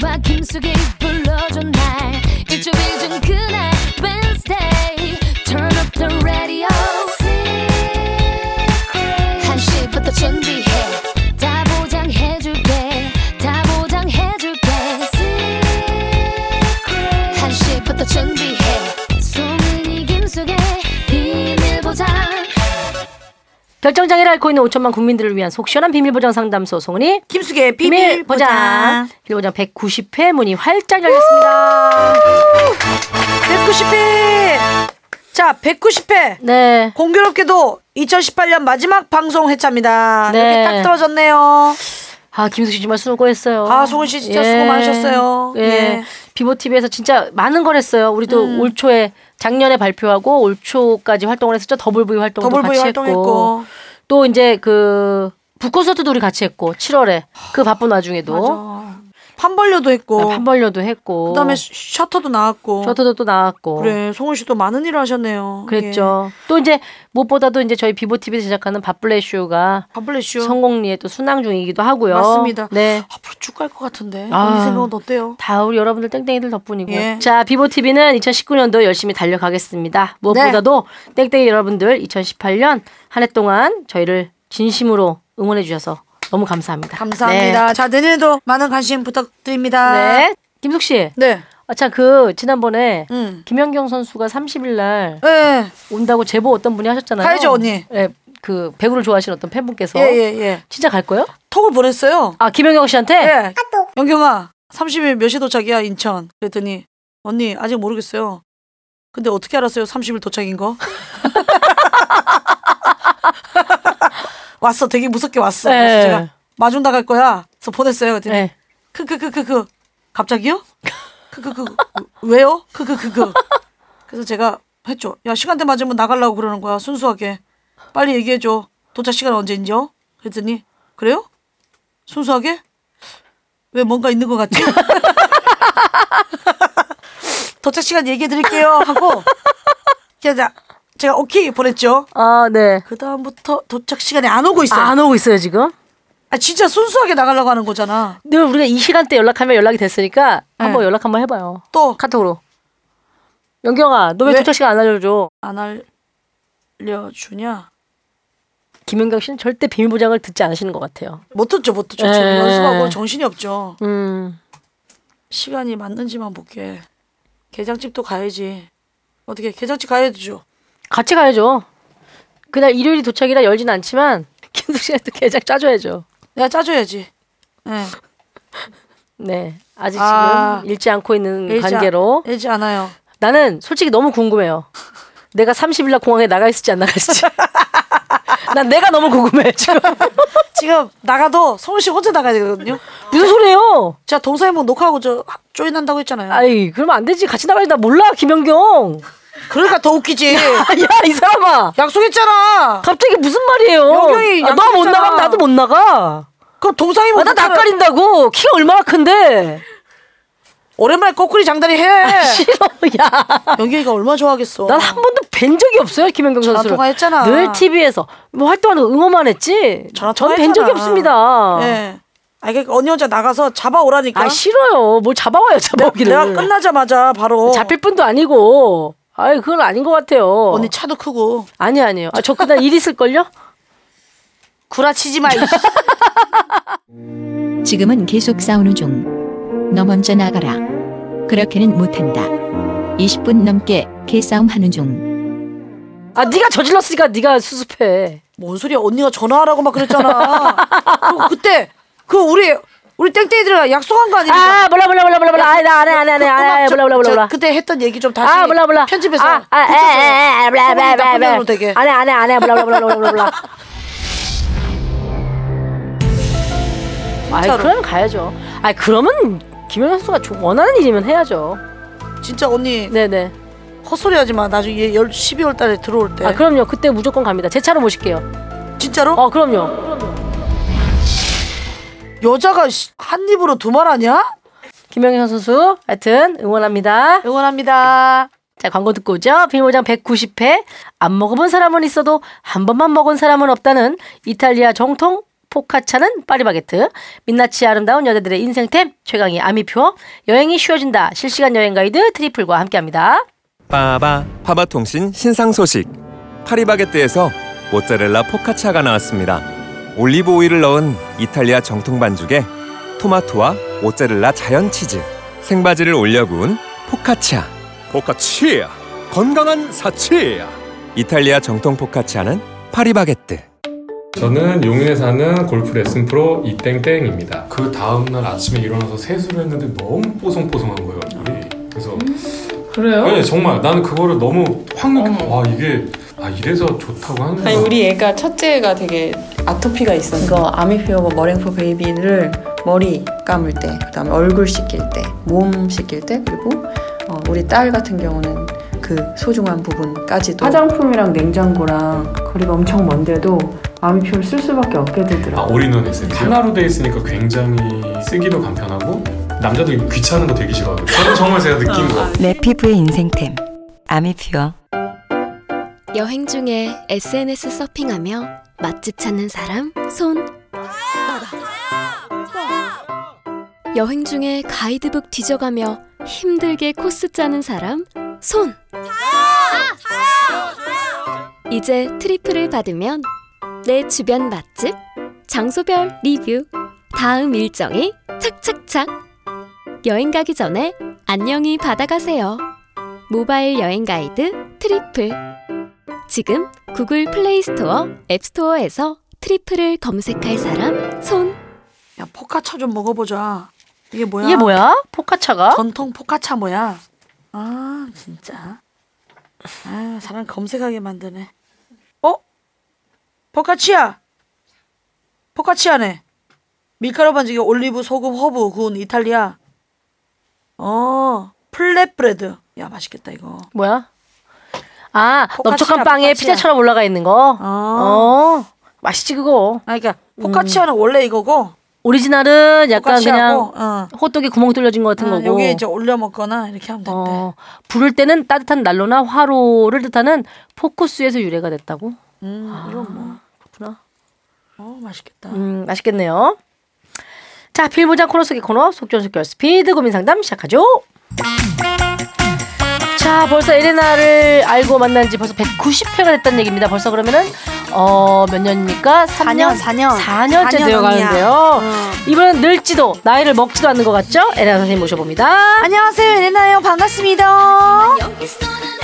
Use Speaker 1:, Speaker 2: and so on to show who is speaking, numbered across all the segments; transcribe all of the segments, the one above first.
Speaker 1: 약속이 불러줘 날 일주일 전 그날 Wednesday Turn up the radio 한시부터 준비해 다 보장해줄게 다 보장해줄게 한시부터 준비해 소문이 김숙의 비밀 보장
Speaker 2: 결정장애를 앓고 있는 5천만 국민들을 위한 속 시원한 비밀보장 상담소 송은이
Speaker 3: 김숙의 비밀
Speaker 2: 비밀보장
Speaker 3: 보장.
Speaker 2: 1보장 190회 문이 활짝 열렸습니다.
Speaker 3: 190회. 자, 190회.
Speaker 2: 네.
Speaker 3: 공교롭게도 2018년 마지막 방송 회차입니다.
Speaker 2: 네.
Speaker 3: 이렇게 딱 떨어졌네요.
Speaker 2: 아 김숙 씨 정말 수고했어요.
Speaker 3: 아, 송은 씨 진짜 수고 많으셨어요.
Speaker 2: 예.
Speaker 3: 예. 음.
Speaker 2: 비보 TV에서 진짜 많은 걸 했어요. 우리도 올 초에 작년에 발표하고 올 초까지 활동을 했었죠. 더블브이 활동도
Speaker 3: 더블브이
Speaker 2: 같이
Speaker 3: 활동했고.
Speaker 2: 했고 또 이제 그 북콘서트도 우리 같이 했고 7월에 그 바쁜 와중에도
Speaker 3: 판벌려도 했고.
Speaker 2: 아, 판벌려도 했고
Speaker 3: 그다음에 셔터도 나왔고.
Speaker 2: 셔터도 또 나왔고
Speaker 3: 그래, 송은 씨도 많은 일을 하셨네요. 예.
Speaker 2: 그랬죠. 또 이제 무엇보다도 이제 저희 비보 TV에서 제작하는 밥블레 쇼가
Speaker 3: 예. 바블레쇼.
Speaker 2: 성공리에 또 순항 중이기도 하고요.
Speaker 3: 맞습니다.
Speaker 2: 네.
Speaker 3: 앞으로 쭉 갈 것 같은데.
Speaker 2: 아.
Speaker 3: 이 생각은 어때요?
Speaker 2: 다 우리 여러분들 땡땡이들 덕분이고. 요
Speaker 3: 예.
Speaker 2: 자, 비보TV는 2019년도 열심히 달려가겠습니다. 무엇보다도 땡땡이 여러분들 2018년 한 해 동안 저희를 진심으로 응원해 주셔서 너무 감사합니다.
Speaker 3: 감사합니다. 자, 내년에도 많은 관심 부탁드립니다.
Speaker 2: 네. 네. 김숙 씨.
Speaker 3: 네.
Speaker 2: 아, 참, 그, 지난번에
Speaker 3: 음.
Speaker 2: 김연경 선수가 30일 날
Speaker 3: 예.
Speaker 2: 온다고 제보 어떤 분이 하셨잖아요.
Speaker 3: 가야죠, 언니.
Speaker 2: 네, 그, 배구를 좋아하시는 어떤 팬분께서.
Speaker 3: 예, 예, 예.
Speaker 2: 진짜 갈 거예요?
Speaker 3: 톡을 보냈어요.
Speaker 2: 아, 김연경 씨한테?
Speaker 3: 예. 영경아, 30일 몇 시 도착이야, 인천? 그랬더니, 언니, 아직 모르겠어요. 근데 어떻게 알았어요, 30일 도착인 거? 왔어, 되게 무섭게 왔어.
Speaker 2: 예.
Speaker 3: 그래서 제가 마중 나갈 거야. 그래서 보냈어요. 그랬더니,
Speaker 2: 네.
Speaker 3: 크크크크크. 갑자기요? 그, 크크크. 왜요? 그, 크크크크. 그래서 제가 했죠. 야, 시간대 맞으면 나가려고 그러는 거야, 순수하게. 빨리 얘기해줘. 도착 시간 언제인지요? 그랬더니, 그래요? 순수하게? 왜 뭔가 있는 것 같지? 도착 시간 얘기해 드릴게요 하고 제가 제가 오케이 보냈죠.
Speaker 2: 아, 네.
Speaker 3: 그 다음부터 도착 시간이 안 오고 있어요.
Speaker 2: 아, 안 오고 있어요, 지금?
Speaker 3: 아 진짜 순수하게 나가려고 하는 거잖아.
Speaker 2: 늘 우리가 이 시간대 연락하면 연락이 됐으니까 한번
Speaker 3: 네.
Speaker 2: 연락 한번 해봐요.
Speaker 3: 또
Speaker 2: 카톡으로. 연경아, 너 왜
Speaker 3: 왜?
Speaker 2: 도착 시간 안 알려줘?
Speaker 3: 안 알려주냐?
Speaker 2: 김연경 씨는 절대 비밀 보장을 듣지 않으시는 것 같아요.
Speaker 3: 못 듣죠, 못 듣죠. 지금
Speaker 2: 네.
Speaker 3: 연습하고 정신이 없죠.
Speaker 2: 음,
Speaker 3: 시간이 맞는지만 볼게. 게장집도 가야지. 어떻게 게장집 가야 되죠?
Speaker 2: 같이 가야죠. 그날 일요일이 도착이라 열진 않지만 김숙 씨한테 계좌 짜줘야죠.
Speaker 3: 내가 짜줘야지.
Speaker 2: 음,
Speaker 3: 예.
Speaker 2: 네, 아직
Speaker 3: 아.
Speaker 2: 지금 잃지 않고 있는
Speaker 3: 일지 아-
Speaker 2: 관계로
Speaker 3: 일지 않아요.
Speaker 2: 나는 솔직히 너무 궁금해요. 내가 30일 날 공항에 나가 있을지 안 나가 있을지. 난 내가 너무 궁금해 지금.
Speaker 3: 지금 나가도 성훈 씨 혼자 나가야 되거든요.
Speaker 2: 무슨 소리예요?
Speaker 3: 제가 동서이몽 녹화하고 저 하- 조인한다고 했잖아요.
Speaker 2: 아이 그러면 안 되지 같이 나가야지 나 몰라 김연경
Speaker 3: 그러니까 더 웃기지.
Speaker 2: 야이 사람아
Speaker 3: 약속했잖아.
Speaker 2: 갑자기 무슨 말이에요
Speaker 3: 연경이
Speaker 2: 너 못
Speaker 3: 약속했잖아. 어, 그러니까.
Speaker 2: 나가면 나도 못 나가
Speaker 3: 그럼 동서이몽
Speaker 2: 어, 아나
Speaker 3: 녹화를-
Speaker 2: 낯가린다고 키가 얼마나 큰데
Speaker 3: 오랜만에 꼬꾸리 장다리 해.
Speaker 2: 싫어 야난 한
Speaker 3: 연경이가 얼마 나 좋아하겠어.
Speaker 2: 번도 뵌 적이 없어요 김연경
Speaker 3: 전화
Speaker 2: 선수를
Speaker 3: 통화했잖아.
Speaker 2: 늘 TV에서 뭐 활동하는 거 응원만 했지
Speaker 3: 전화
Speaker 2: 저는
Speaker 3: 통화했잖아.
Speaker 2: 뵌 적이 없습니다
Speaker 3: 예. 아 이게 언니 혼자 나가서 잡아 오라니까.
Speaker 2: 아 싫어요 뭘 잡아와요 잡아오기를
Speaker 3: 내가 그러니까. 끝나자마자 바로
Speaker 2: 뭐 잡힐 분도 아니고 아이 그건 아닌 것 같아요
Speaker 3: 언니 차도 크고
Speaker 2: 아니 아니에요 아, 저 그날 일 있을걸요
Speaker 3: 구라치지 마. 이 씨.
Speaker 4: 지금은 계속 싸우는 중. 너 먼저 나가라. 그렇게는 못한다. 20분 넘게 개싸움 하는 중.
Speaker 2: 아 네가 저질렀으니까 네가 수습해.
Speaker 3: 뭔 소리야? 언니가 전화하라고 막 그랬잖아. 그리고 그때 그 우리 우리 땡땡이들이랑 약속한 거 아닙니까?
Speaker 2: 아 몰라 몰라 몰라 몰라 몰라. 아나 안해 안해 안해 안해
Speaker 3: 저-
Speaker 2: 몰라 몰라 몰라
Speaker 3: 저
Speaker 2: 몰라.
Speaker 3: 그러니까. 그때 했던 얘기 좀 다시
Speaker 2: 아 몰라 몰라.
Speaker 3: 편집해서
Speaker 2: 아, 아, 에, 에, 에, 몰라 몰라 몰라 몰라.
Speaker 3: 로 되게
Speaker 2: 안해 안해 안해 몰라 몰라 몰라 몰라 몰라. 아
Speaker 3: 진짜로.
Speaker 2: 그러면 가야죠. 아 그러면 김연경 선수가 조- 원하는 일이면 해야죠.
Speaker 3: 진짜 언니
Speaker 2: 네네.
Speaker 3: 헛소리 하지 마 나중에 얘 열- 12월 달에 들어올 때
Speaker 5: 네.
Speaker 2: 아 그럼요. 그때 무조건 갑니다. 제 차로 모실게요.
Speaker 3: 진짜로
Speaker 2: 어 그럼요.
Speaker 3: 여자가 씨- 한 입으로 두 말 하냐?
Speaker 2: 김연경 선수 하여튼 응원합니다.
Speaker 3: 응원합니다.
Speaker 2: 자, 광고 듣고 오죠. 비모장 190회. 안 먹어본 사람은 있어도 한 번만 먹은 사람은 없다는 이탈리아 정통 포카차는 파리바게트, 민낯이 아름다운 여자들의 인생템, 최강희 아미표, 여행이 쉬워진다, 실시간 여행 가이드 트리플과 함께합니다.
Speaker 6: 빠바 파바통신 신상 소식 파리바게뜨에서 모짜렐라 포카차가 나왔습니다 올리브 오일을 넣은 이탈리아 정통 반죽에 토마토와 모짜렐라 자연 치즈 생바지를 올려 구운 포카차 포카치야 건강한 사치야 이탈리아 정통 포카차는 파리바게뜨
Speaker 7: 저는 용인에 사는 골프 레슨 프로 이땡땡입니다. 그 다음날 아침에 일어나서 세수를 했는데 너무 뽀송뽀송한 거예요. 이게. 그래서
Speaker 8: 음, 그래요?
Speaker 7: 아니 정말 나는 그거를 너무 확 느껴. 와 이게 아 이래서 좋다고 하는
Speaker 8: 아니
Speaker 7: 거야.
Speaker 8: 우리 애가 첫째가 되게 아토피가 있었어. 이거 아미피오가 머랭포 베이비를 머리 감을 때, 그다음에 얼굴 씻길 때, 몸 씻길 때, 그리고 어, 우리 딸 같은 경우는 그 소중한 부분까지도
Speaker 9: 화장품이랑 냉장고랑 거리가 엄청 먼데도 마미표를 쓸 수밖에 없게
Speaker 7: 아
Speaker 9: 되더라고요.
Speaker 7: 올인원 에센스 하나로 돼 있으니까 굉장히 쓰기도 간편하고 남자도 이거 귀찮은 거 되게 싫어하고 저는 정말 제가 느낀
Speaker 8: 아.
Speaker 7: 거예요.
Speaker 10: 내 피부의 인생템 아미퓨어
Speaker 1: 여행 중에 SNS 서핑하며 맛집 찾는 사람 손 여행 중에 가이드북 뒤져가며 힘들게 코스 짜는 사람 손 이제 트리플을 받으면 내 주변 맛집 장소별 리뷰 다음 일정이 착착착 여행 가기 전에 안녕히 받아가세요 모바일 여행 가이드 트리플 지금 구글 플레이 스토어, 앱 스토어에서 트리플을 검색할 사람 손
Speaker 5: 야 포카차 좀 먹어보자. 이게 뭐야?
Speaker 2: 이게 뭐야? 포카차가?
Speaker 5: 전통 포카차 뭐야? 아 진짜. 아 사람 검색하게 만드네. 어? 포카치야. 포카치아네. 밀가루 반죽에 올리브, 소금, 허브 구운 이탈리아. 어 플랫브레드. 야 맛있겠다 이거.
Speaker 2: 뭐야? 아,
Speaker 5: 포카치야,
Speaker 2: 넓적한 빵에
Speaker 5: 포카치야.
Speaker 2: 피자처럼 올라가 있는 거?
Speaker 5: 아.
Speaker 2: 어. 맛있지, 그거.
Speaker 5: 아 그러니까 포카치아는 원래 이거고
Speaker 2: 오리지널은 음. 약간
Speaker 5: 포카치아고
Speaker 2: 그냥
Speaker 5: 어.
Speaker 2: 호떡에 구멍 뚫려진 것 같은
Speaker 5: 어,
Speaker 2: 거고.
Speaker 5: 여기에 이제 올려 먹거나 이렇게 하면 된대.
Speaker 2: 어, 부를 때는 따뜻한 난로나 화로를 뜻하는 포크스에서 유래가 됐다고?
Speaker 5: 음 이건 뭐.
Speaker 2: 그렇구나.
Speaker 5: 어 맛있겠다.
Speaker 2: 아. 음, 맛있겠네요. 자, 빌보장 코너 속의 코너 속전속결 스피드 고민 상담 시작하죠. 자, 벌써 에레나를 알고 만난 지 벌써 190회가 됐다는 얘기입니다. 벌써 그러면은 어, 몇 년입니까? 3년,
Speaker 3: 4년.
Speaker 2: 4년째
Speaker 3: 4년
Speaker 2: 되어
Speaker 3: 언니야.
Speaker 2: 가는데요.
Speaker 3: 어.
Speaker 2: 이번엔 늙지도 나이를 먹지도 않는 것 같죠? 에레나 선생님
Speaker 3: 아,
Speaker 2: 모셔봅니다.
Speaker 3: 안녕하세요, 에레나예요. 반갑습니다.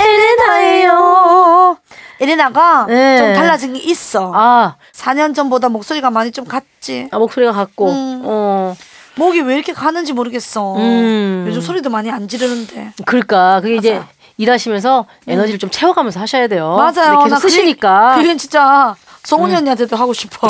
Speaker 3: 에레나예요. 에레나가
Speaker 2: 네.
Speaker 3: 좀 달라진 게 있어.
Speaker 2: 아,
Speaker 3: 4년 전보다 목소리가 많이 좀 갔지.
Speaker 2: 아, 목소리가 같고.
Speaker 3: 음.
Speaker 2: 어.
Speaker 3: 목이 왜 이렇게 가는지 모르겠어.
Speaker 2: 음.
Speaker 3: 요즘 소리도 많이 안 지르는데.
Speaker 2: 그러니까 그게 이제 일하시면서 에너지를 좀 채워가면서 하셔야 돼요.
Speaker 3: 음. 맞아요.
Speaker 2: 어? 근데
Speaker 3: 나
Speaker 2: 계속
Speaker 3: 그게-
Speaker 2: 쓰시니까. 음.
Speaker 3: 그게 진짜 송은이 언니한테도 하고 싶어.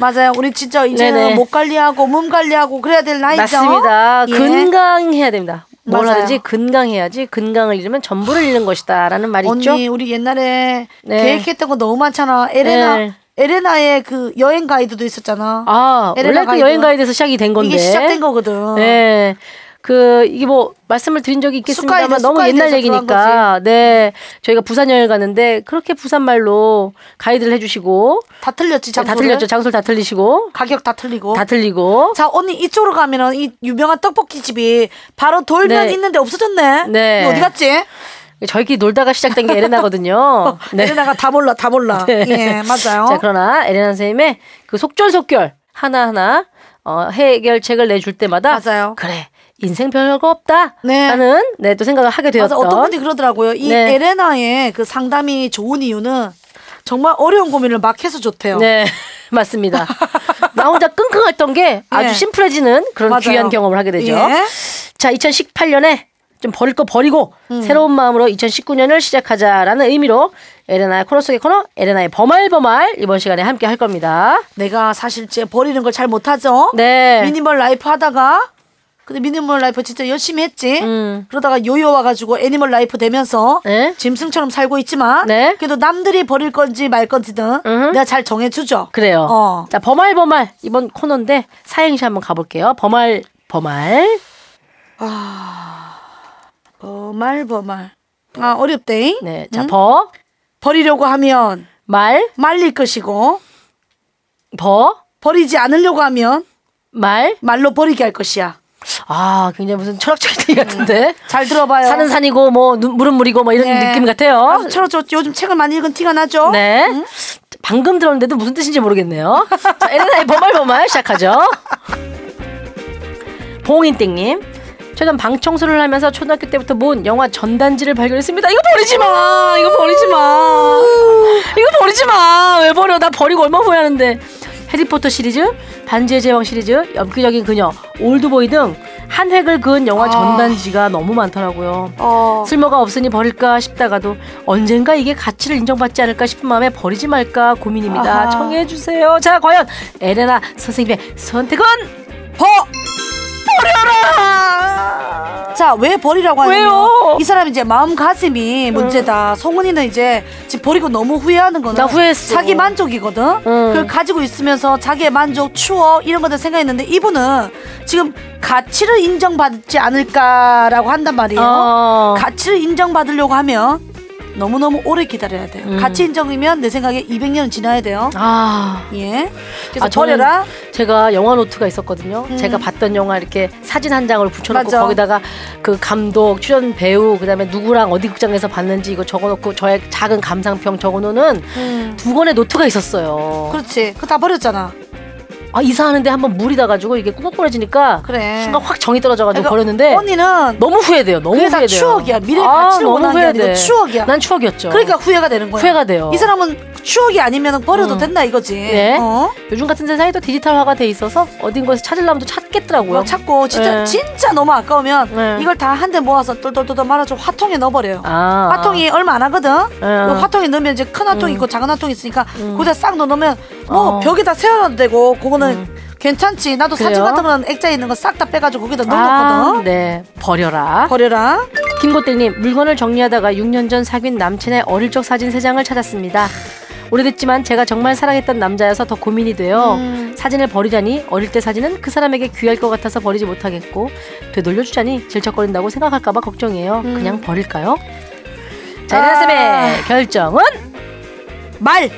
Speaker 3: 맞아요. 우리 진짜 이제는
Speaker 2: 네네.
Speaker 3: 목 관리하고 몸 관리하고 그래야 될 나이죠.
Speaker 2: 맞습니다.
Speaker 3: 예.
Speaker 2: 건강해야 됩니다. 뭘
Speaker 3: 맞아요.
Speaker 2: 하든지 건강해야지 건강을 잃으면 전부를 잃는 것이다라는 말이 있죠.
Speaker 3: 언니 우리 옛날에
Speaker 2: 네.
Speaker 3: 계획했던 거 너무 많잖아. 에레나
Speaker 2: 네.
Speaker 3: 에레나의 그 여행 가이드도 있었잖아.
Speaker 2: 아
Speaker 3: 에레나
Speaker 2: 원래 그
Speaker 3: 가이드.
Speaker 2: 여행 가이드에서 시작이 된 건데.
Speaker 3: 이게 시작된 거거든.
Speaker 2: 네. 그 이게 뭐 말씀을 드린 적이 있겠습니다만
Speaker 3: 숟가이드,
Speaker 2: 너무 옛날
Speaker 3: 숟가이드에서 들어간
Speaker 2: 얘기니까 네 저희가 부산 여행 갔는데 그렇게 부산 말로 가이드를 해주시고
Speaker 3: 다 틀렸지
Speaker 2: 다
Speaker 3: 장소를.
Speaker 2: 틀렸죠 장소를 다 틀리시고
Speaker 3: 가격 다 틀리고.
Speaker 2: 다 틀리고
Speaker 3: 자 언니 이쪽으로 가면은 이 유명한 떡볶이 집이 바로 돌면
Speaker 2: 네.
Speaker 3: 있는데 없어졌네.
Speaker 2: 네.
Speaker 3: 이거 어디 갔지? 어,
Speaker 2: 저희끼리 놀다가 시작된 게 에레나거든요. 네.
Speaker 3: 에레나가 다 몰라 다 몰라. 예 맞아요.
Speaker 2: 자, 그러나 에레나 선생님의 그 속전속결 하나하나 어, 해결책을 내줄 때마다
Speaker 3: 맞아요.
Speaker 2: 그래. 인생 별거 없다.
Speaker 3: 네.
Speaker 2: 라는 네, 또 생각을 하게
Speaker 3: 맞아
Speaker 2: 되었던
Speaker 3: 어떤 분이 그러더라고요. 이
Speaker 2: 네.
Speaker 3: 에레나의 그 상담이 좋은 이유는 정말 어려운 고민을 막 해서 좋대요.
Speaker 2: 네. 맞습니다. 나 혼자 끙끙했던 게 아주
Speaker 3: 네.
Speaker 2: 심플해지는 그런
Speaker 3: 맞아요.
Speaker 2: 귀한 경험을 하게 되죠.
Speaker 3: 예.
Speaker 2: 자, 2018년에 좀 버릴 거 버리고 새로운 마음으로 2019년을 시작하자라는 의미로 에레나의 코너 속의 코너 에레나의 버말버말 이번 시간에 함께 할 겁니다.
Speaker 3: 내가 사실 제 버리는 걸 잘 못하죠.
Speaker 2: 네.
Speaker 3: 미니멀 라이프 하다가 근데 미니멀 라이프 진짜 열심히 했지.
Speaker 2: 음.
Speaker 3: 그러다가 요요 와가지고 애니멀 라이프 되면서
Speaker 2: 네.
Speaker 3: 짐승처럼 살고 있지만
Speaker 2: 네.
Speaker 3: 그래도 남들이 버릴 건지 말 건지는
Speaker 2: 음흠.
Speaker 3: 내가 잘 정해주죠.
Speaker 2: 그래요.
Speaker 3: 어.
Speaker 2: 자, 범알 범알 이번 코너인데 사행시 한번 가볼게요. 범알 범알.
Speaker 3: 버말 버말. 아 어렵대. 음?
Speaker 2: 네, 자 버.
Speaker 3: 버리려고 하면
Speaker 2: 말,
Speaker 3: 말릴 것이고
Speaker 2: 버,
Speaker 3: 버리지 않으려고 하면
Speaker 2: 말.
Speaker 3: 말로 버리게 할 것이야.
Speaker 2: 아, 굉장히 무슨 철학적인 얘기 같은데.
Speaker 3: 잘 들어봐요.
Speaker 2: 산은 산이고 뭐 눈- 물은 물이고 뭐 이런
Speaker 3: 음. 네.
Speaker 2: 느낌 같아요.
Speaker 3: 아주 철- 저- 요즘 책을 많이 읽은 티가 나죠?
Speaker 2: 네. 방금 들었는데도 무슨 뜻인지 모르겠네요. 자, 에레나의 버말버말 시작하죠. 봉인땡님. 최근 방 청소를 하면서 초등학교 때부터 모은 영화 전단지를 발견했습니다. 이거 버리지 마! 이거 버리지 마! 이거 버리지 마! 왜 버려? 나 버리고 얼마 후회하는데. 해리포터 시리즈, 반지의 제왕 시리즈, 엽기적인 그녀, 올드보이 등 한 획을 그은 영화 전단지가 너무 많더라고요.
Speaker 3: 어,
Speaker 2: 쓸모가 없으니 버릴까 싶다가도 언젠가 이게 가치를 인정받지 않을까 싶은 마음에 버리지 말까 고민입니다.
Speaker 3: 아하.
Speaker 2: 청해 주세요. 자, 과연 에레나 선생님의 선택은
Speaker 3: 버 버려라. 자, 왜 버리라고 하냐면
Speaker 2: 왜요?
Speaker 3: 이 사람 이제 마음 가짐이 문제다. 성은이는 이제 지금 버리고 너무 후회하는 거는
Speaker 2: 나 후회했어.
Speaker 3: 자기 만족이거든. 그걸 가지고 있으면서 자기의 만족, 추억 이런 것들 생각했는데 이분은 지금 가치를 인정받지 않을까라고 한단 말이에요.
Speaker 2: 어.
Speaker 3: 가치를 인정받으려고 하면 너무너무 오래 기다려야 돼요. 가치 인정이면 내 생각에 200년은 지나야 돼요.
Speaker 2: 음. 아.
Speaker 3: 예. 그래서
Speaker 2: 아, 저는
Speaker 3: 버려라.
Speaker 2: 제가 영화 노트가 있었거든요. 제가 봤던 영화 이렇게 사진 한 장을 붙여놓고
Speaker 3: 음. 맞아.
Speaker 2: 거기다가 그 감독, 출연 배우, 그다음에 누구랑 어디 극장에서 봤는지 이거 적어놓고 저의 작은 감상평 적어놓는 두 권의 노트가 있었어요.
Speaker 3: 그렇지. 그거 다 버렸잖아.
Speaker 2: 아 이사하는데 한번 물이 닿아가지고 이게 꾸벅꾸려지니까
Speaker 3: 그래.
Speaker 2: 순간 확 정이 떨어져가지고
Speaker 3: 그러니까
Speaker 2: 버렸는데
Speaker 3: 언니는
Speaker 2: 너무 후회돼요. 너무
Speaker 3: 그게
Speaker 2: 후회돼요. 아,
Speaker 3: 다 추억이야. 미래 가치를 원하는 게 아니고 추억이야.
Speaker 2: 난 추억이었죠.
Speaker 3: 그러니까 후회가 되는 거야.
Speaker 2: 후회가 돼요.
Speaker 3: 이 사람은 추억이 아니면 버려도 된다 이거지.
Speaker 2: 네.
Speaker 3: 어?
Speaker 2: 요즘 같은 세상에 또 디지털화가 돼 있어서 어딘가에서 찾으려면 또 찾겠더라고요.
Speaker 3: 뭐 찾고
Speaker 2: 네.
Speaker 3: 진짜 진짜 너무 아까우면
Speaker 2: 네.
Speaker 3: 이걸 다 한 대 모아서 똘똘똘똘 말아줘 화통에 넣어버려요.
Speaker 2: 아,
Speaker 3: 화통이 얼마 안 하거든. 그
Speaker 2: 예.
Speaker 3: 화통에 넣으면 이제 큰 화통 이 있고 작은 화통 이 있으니까 거기다 싹 넣으면 뭐
Speaker 2: 음. 어. 음.
Speaker 3: 벽에다 세워도 되고 그거는 괜찮지. 나도 사진
Speaker 2: 그래요?
Speaker 3: 같은 거는 액자에 있는 거 싹 다 빼가지고 거기다
Speaker 2: 아,
Speaker 3: 넣어놓거든.
Speaker 2: 네 버려라.
Speaker 3: 버려라.
Speaker 2: 김고땡님 물건을 정리하다가 6년 전 사귄 남친의 어릴 적 사진 3장을 찾았습니다. 오래됐지만 제가 정말 사랑했던 남자여서 더 고민이 돼요. 사진을 버리자니 어릴 때 사진은 그 사람에게 귀할 것 같아서 버리지 못하겠고 되돌려주자니 질척거린다고 생각할까봐 걱정이에요. 그냥 버릴까요? 자,
Speaker 3: 아.
Speaker 2: 이나쌤의 결정은
Speaker 3: 말.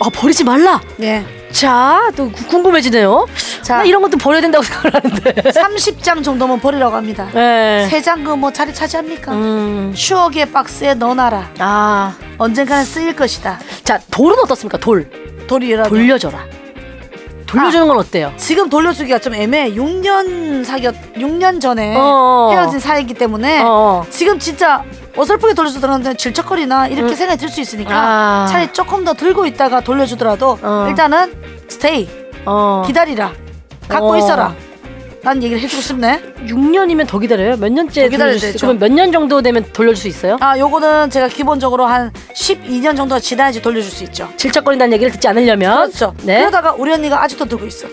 Speaker 2: 아 버리지 말라.
Speaker 3: 예.
Speaker 2: 자, 또 구- 궁금해지네요.
Speaker 3: 자.
Speaker 2: 나 이런 것도 버려야 된다고 생각하는데.
Speaker 3: 30장 정도면 버리라고 합니다.
Speaker 2: 네.
Speaker 3: 세 장 그 뭐 자리 차지합니까?
Speaker 2: 음,
Speaker 3: 추억의 박스에 넣어놔라.
Speaker 2: 아,
Speaker 3: 언젠가는 쓰일 것이다.
Speaker 2: 자 돌은 어떻습니까? 돌.
Speaker 3: 돌이라도.
Speaker 2: 돌려줘라.
Speaker 3: 아.
Speaker 2: 돌려주는 건 어때요?
Speaker 3: 지금 돌려주기가 좀 애매해. 6년 사귀었, 6년 전에
Speaker 2: 어어.
Speaker 3: 네, 헤어진 사이기 때문에
Speaker 2: 어어.
Speaker 3: 지금 진짜 어설프게 돌려주더라도 질척거리나 이렇게 생각이 들 수 있으니까
Speaker 2: 음. 아.
Speaker 3: 차라리 조금 더 들고 있다가 돌려주더라도
Speaker 2: 어.
Speaker 3: 일단은 스테이,
Speaker 2: 어.
Speaker 3: 기다리라, 갖고
Speaker 2: 어.
Speaker 3: 있어라. 난 얘기를 해주고 싶네.
Speaker 2: 6년이면 더 기다려요? 몇 년째
Speaker 3: 더 기다려야
Speaker 2: 돌려줄 수 있어요?
Speaker 3: 되죠.
Speaker 2: 그럼 몇 년 정도 되면 돌려줄 수 있어요?
Speaker 3: 아, 요거는 제가 기본적으로 한 12년 정도가 지나야지 돌려줄 수 있죠.
Speaker 2: 질척거린다는 얘기를 듣지 않으려면
Speaker 3: 그렇죠.
Speaker 2: 네.
Speaker 3: 그러다가 우리 언니가 아직도 들고 있어.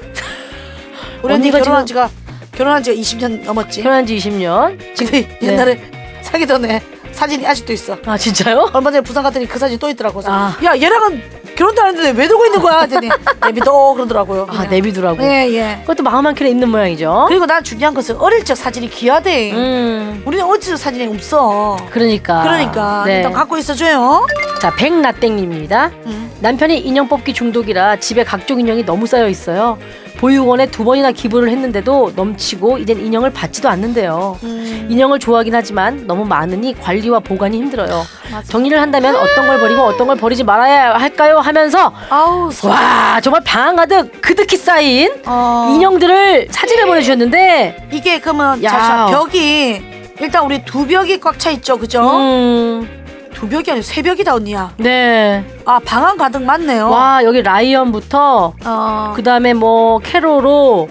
Speaker 3: 우리 언니
Speaker 2: 언니가
Speaker 3: 결혼한 지가 결혼한 지가 20년 넘었지.
Speaker 2: 결혼한 지 20년.
Speaker 3: 근데 옛날에 사귀던 애 사진이 아직도 있어.
Speaker 2: 아 진짜요?
Speaker 3: 얼마 전에 부산 갔더니 그 사진 또 있더라고.
Speaker 2: 아.
Speaker 3: 야 얘랑은 결혼도 안 했는데 왜 들고 있는 거야? 했더니 내비둬 그러더라고요.
Speaker 2: 아
Speaker 3: 그냥.
Speaker 2: 내비두라고.
Speaker 3: 예 예.
Speaker 2: 그것도 마음 한 켠에 있는 모양이죠.
Speaker 3: 그리고 난 중요한 것은 어릴 적 사진이 귀하대.
Speaker 2: 음.
Speaker 3: 우리는 어릴 적 사진이 없어.
Speaker 2: 그러니까.
Speaker 3: 그러니까
Speaker 2: 네.
Speaker 3: 일단 갖고 있어줘요.
Speaker 2: 자, 백나땡님입니다.
Speaker 3: 음.
Speaker 2: 남편이 인형 뽑기 중독이라 집에 각종 인형이 너무 쌓여 있어요. 보육원에 두 번이나 기부를 했는데도 넘치고 이젠 인형을 받지도 않는데요.
Speaker 3: 음.
Speaker 2: 인형을 좋아하긴 하지만 너무 많으니 관리와 보관이 힘들어요. 정리를 한다면 어떤 걸 버리고 어떤 걸 버리지 말아야 할까요? 하면서
Speaker 3: 아우
Speaker 2: 와 정말 방 가득 그득히 쌓인
Speaker 3: 어. 네.
Speaker 2: 인형들을 사진을 보내주셨는데
Speaker 3: 이게 그러면
Speaker 2: 야.
Speaker 3: 잠시만 벽이 일단 우리 두 벽이 꽉 차 있죠, 그죠?
Speaker 2: 음,
Speaker 3: 두 벽이 아니고 세 벽이다 언니야.
Speaker 2: 네.
Speaker 3: 아 방안 가득 맞네요.
Speaker 2: 와 여기 라이언부터
Speaker 3: 어.
Speaker 2: 그다음에 뭐 캐로로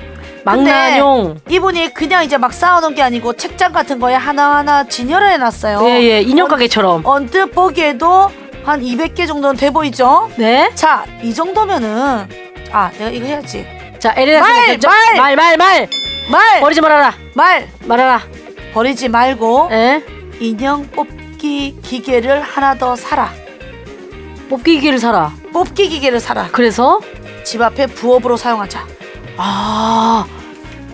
Speaker 2: 망나뇽
Speaker 3: 이분이 그냥 이제 막 쌓아놓은 게 아니고 책장 같은 거에 하나하나 진열을 해놨어요. 어.
Speaker 2: 예예 인형 가게처럼
Speaker 3: 언뜻 보기에도 한 200개 정도는 돼 보이죠?
Speaker 2: 네.
Speaker 3: 자, 이 정도면은 아, 내가 이거 해야지.
Speaker 2: 자 에레나
Speaker 3: 말, 말! 네.
Speaker 2: 말말 말
Speaker 3: 말,
Speaker 2: 버리지 말아라
Speaker 3: 말
Speaker 2: 말아라
Speaker 3: 어. 버리지 말고
Speaker 2: 예
Speaker 3: 인형 뽑기 기계를 하나 더 사라.
Speaker 2: 뽑기 기계를 사라
Speaker 3: 뽑기 기계를 사라.
Speaker 2: 그래서
Speaker 3: 집 앞에 부업으로 사용하자.
Speaker 2: 아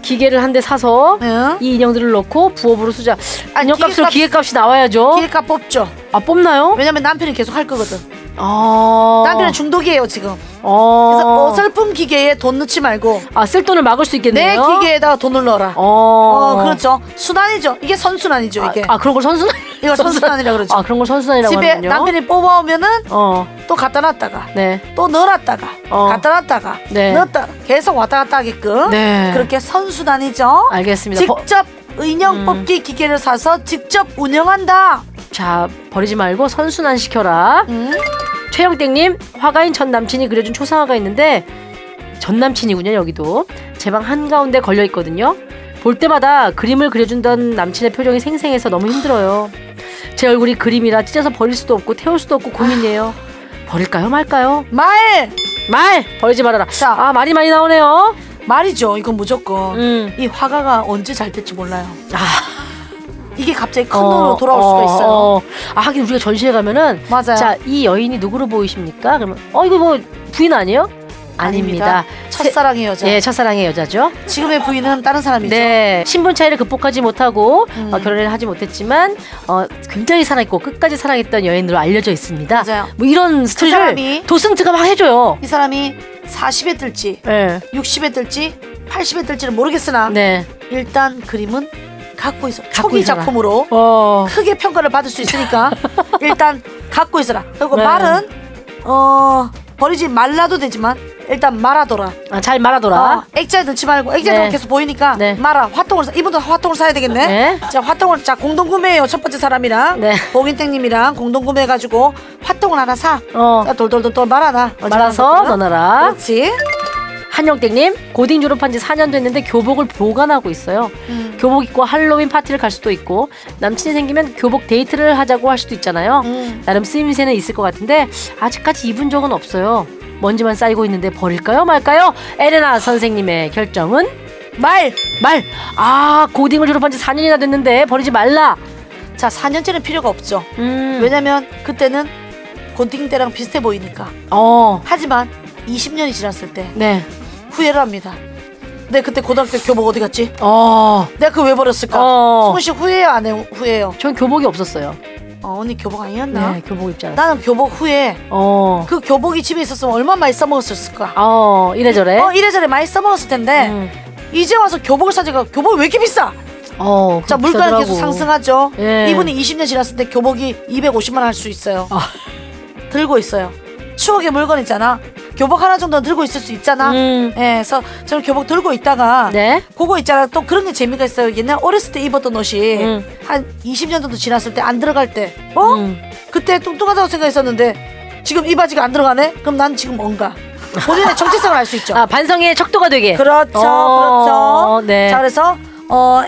Speaker 2: 기계를 한 대 사서
Speaker 3: 응?
Speaker 2: 이 인형들을 넣고 부업으로 쓰자
Speaker 3: 네. 아니,
Speaker 2: 인형값으로
Speaker 3: 기계값-
Speaker 2: 기계값이 나와야죠
Speaker 3: 기계값 뽑죠.
Speaker 2: 아 뽑나요
Speaker 3: 왜냐면 남편이 계속 할 거거든.
Speaker 2: 어.
Speaker 3: 땀이는 중독이에요 지금.
Speaker 2: 어.
Speaker 3: 그래서 어설픈 기계에 돈 넣지 말고
Speaker 2: 아, 쓸 돈을 막을 수
Speaker 3: 내
Speaker 2: 있겠네요.
Speaker 3: 기계에다가 돈을 넣어라.
Speaker 2: 어.
Speaker 3: 어, 그렇죠. 순환이죠. 이게 선순환이죠, 이게.
Speaker 2: 아, 그런 걸 선순환.
Speaker 3: 이거 선순환이라 그러죠.
Speaker 2: 아, 그런 걸 선순환이라고
Speaker 3: 집에
Speaker 2: 하는군요.
Speaker 3: 남편이 뽑아오면은
Speaker 2: 어.
Speaker 3: 또 갖다 놨다가
Speaker 2: 네.
Speaker 3: 또 넣어놨다가 갖다 놨다가
Speaker 2: 네.
Speaker 3: 넣었다 계속 왔다 갔다 하게끔
Speaker 2: 네.
Speaker 3: 그렇게 선순환이죠.
Speaker 2: 알겠습니다. 음.
Speaker 3: 직접 인형 뽑기 기계를 사서 직접 운영한다.
Speaker 2: 자 버리지 말고 선순환 시켜라. 최영땡님 화가인 전 남친이 그려준 초상화가 있는데 전 남친이군요 여기도 제 방 한 가운데 걸려 있거든요. 볼 때마다 그림을 그려준던 남친의 표정이 생생해서 너무 힘들어요. 제 얼굴이 그림이라 찢어서 버릴 수도 없고 태울 수도 없고 고민이에요. 버릴까요 말까요?
Speaker 3: 말
Speaker 2: 말 버리지 말아라. 아 말이 많이 나오네요.
Speaker 3: 말이죠. 이건 무조건
Speaker 2: 음.
Speaker 3: 이 화가가 언제 잘 될지 몰라요.
Speaker 2: 아.
Speaker 3: 이게 갑자기 큰
Speaker 2: 어,
Speaker 3: 돈으로 돌아올
Speaker 2: 어,
Speaker 3: 수도 있어요. 네.
Speaker 2: 어. 아, 하긴 우리가 전시회 가면은
Speaker 3: 맞아요.
Speaker 2: 자, 이 여인이 누구로 보이십니까? 그러면 어 이거 뭐 부인 아니에요? 아닙니다.
Speaker 3: 첫사랑의 여자.
Speaker 2: 예, 첫사랑의 여자죠.
Speaker 3: 지금의 부인은 다른 사람이죠.
Speaker 2: 네, 신분 차이를 극복하지 못하고 어, 결혼을 하지 못했지만 어, 굉장히 사랑했고 끝까지 사랑했던 여인으로 알려져 있습니다.
Speaker 3: 맞아요.
Speaker 2: 뭐 이런 스토리를
Speaker 3: 사람이-
Speaker 2: 도슨트가 막 해줘요.
Speaker 3: 이 사람이 40에 뜰지
Speaker 2: 예,
Speaker 3: 60에 뜰지 80에 뜰지는 모르겠으나
Speaker 2: 네,
Speaker 3: 일단 그림은 갖고 있어.
Speaker 2: 갖고
Speaker 3: 초기
Speaker 2: 있어라.
Speaker 3: 작품으로
Speaker 2: 어,
Speaker 3: 크게 평가를 받을 수 있으니까 일단 갖고 있어라. 그리고
Speaker 2: 네.
Speaker 3: 말은 어 버리지 말라도 되지만 일단 말아둬라.
Speaker 2: 아, 잘 말하더라.
Speaker 3: 어, 액자에 넣지 말고 액자에
Speaker 2: 네.
Speaker 3: 넣으면 계속 보이니까
Speaker 2: 네.
Speaker 3: 말아. 화통을 사. 이분도 화통을 사야 되겠네.
Speaker 2: 네.
Speaker 3: 자 화통을 자 공동 구매해요. 첫 번째 사람이랑
Speaker 2: 네.
Speaker 3: 봉인땡님이랑 공동 구매해가지고 화통을 하나 사.
Speaker 2: 어.
Speaker 3: 자, 돌돌돌돌 말아놔. 어,
Speaker 2: 말아서
Speaker 3: 잘하는 거구나.
Speaker 2: 넣어놔라.
Speaker 3: 그렇지.
Speaker 2: 한영택님 고딩 졸업한 지 4년 됐는데 교복을 보관하고 있어요. 교복 입고 할로윈 파티를 갈 수도 있고 남친이 생기면 교복 데이트를 하자고 할 수도 있잖아요.
Speaker 3: 음.
Speaker 2: 나름 쓰임새는 있을 것 같은데 아직까지 입은 적은 없어요. 먼지만 쌓이고 있는데 버릴까요 말까요? 에레나 선생님의 결정은 말! 말! 아 고딩을 졸업한 지 4년이나 됐는데 버리지 말라.
Speaker 3: 자 4년째는 필요가 없죠.
Speaker 2: 음.
Speaker 3: 왜냐면 그때는 고딩 때랑 비슷해 보이니까.
Speaker 2: 어.
Speaker 3: 하지만 20년이 지났을 때
Speaker 2: 네.
Speaker 3: 후회를 합니다. 내 그때 고등학교 교복 어디 갔지?
Speaker 2: 어.
Speaker 3: 내가 그거 왜 버렸을까?
Speaker 2: 어.
Speaker 3: 송은씨 후회해요 안 해요? 후회해요.
Speaker 2: 전 교복이 없었어요.
Speaker 3: 어, 언니 교복 아니었나?
Speaker 2: 네, 교복 입지 않았어요.
Speaker 3: 나는 교복 후에
Speaker 2: 어.
Speaker 3: 그 교복이 집에 있었으면 얼마나 많이 써먹었을까?
Speaker 2: 어, 이래저래.
Speaker 3: 어 예. 이래저래 많이 써먹었을 텐데
Speaker 2: 음.
Speaker 3: 이제 와서 교복을 사니까 교복 왜 이렇게 비싸?
Speaker 2: 어,
Speaker 3: 자 물가는 계속 상승하죠.
Speaker 2: 예.
Speaker 3: 이분이 20년 지났을 때 교복이 250만 원 할 수 있어요.
Speaker 2: 아.
Speaker 3: 들고 있어요. 추억의 물건 있잖아. 교복 하나 정도는 들고 있을 수 있잖아.
Speaker 2: 음.
Speaker 3: 예, 그래서 저는 교복 들고 있다가
Speaker 2: 네.
Speaker 3: 그거 있잖아. 또 그런 게 재미가 있어요. 옛날 어렸을 때 입었던 옷이
Speaker 2: 음.
Speaker 3: 한 20년 정도 지났을 때 안 들어갈 때, 어?
Speaker 2: 음.
Speaker 3: 그때 뚱뚱하다고 생각했었는데 지금 이 바지가 안 들어가네? 그럼 난 지금 뭔가 본인의 정체성을 알 수 있죠.
Speaker 2: 아 반성의 척도가 되게.
Speaker 3: 그렇죠,
Speaker 2: 어,
Speaker 3: 그렇죠.
Speaker 2: 네.
Speaker 3: 자, 그래서 어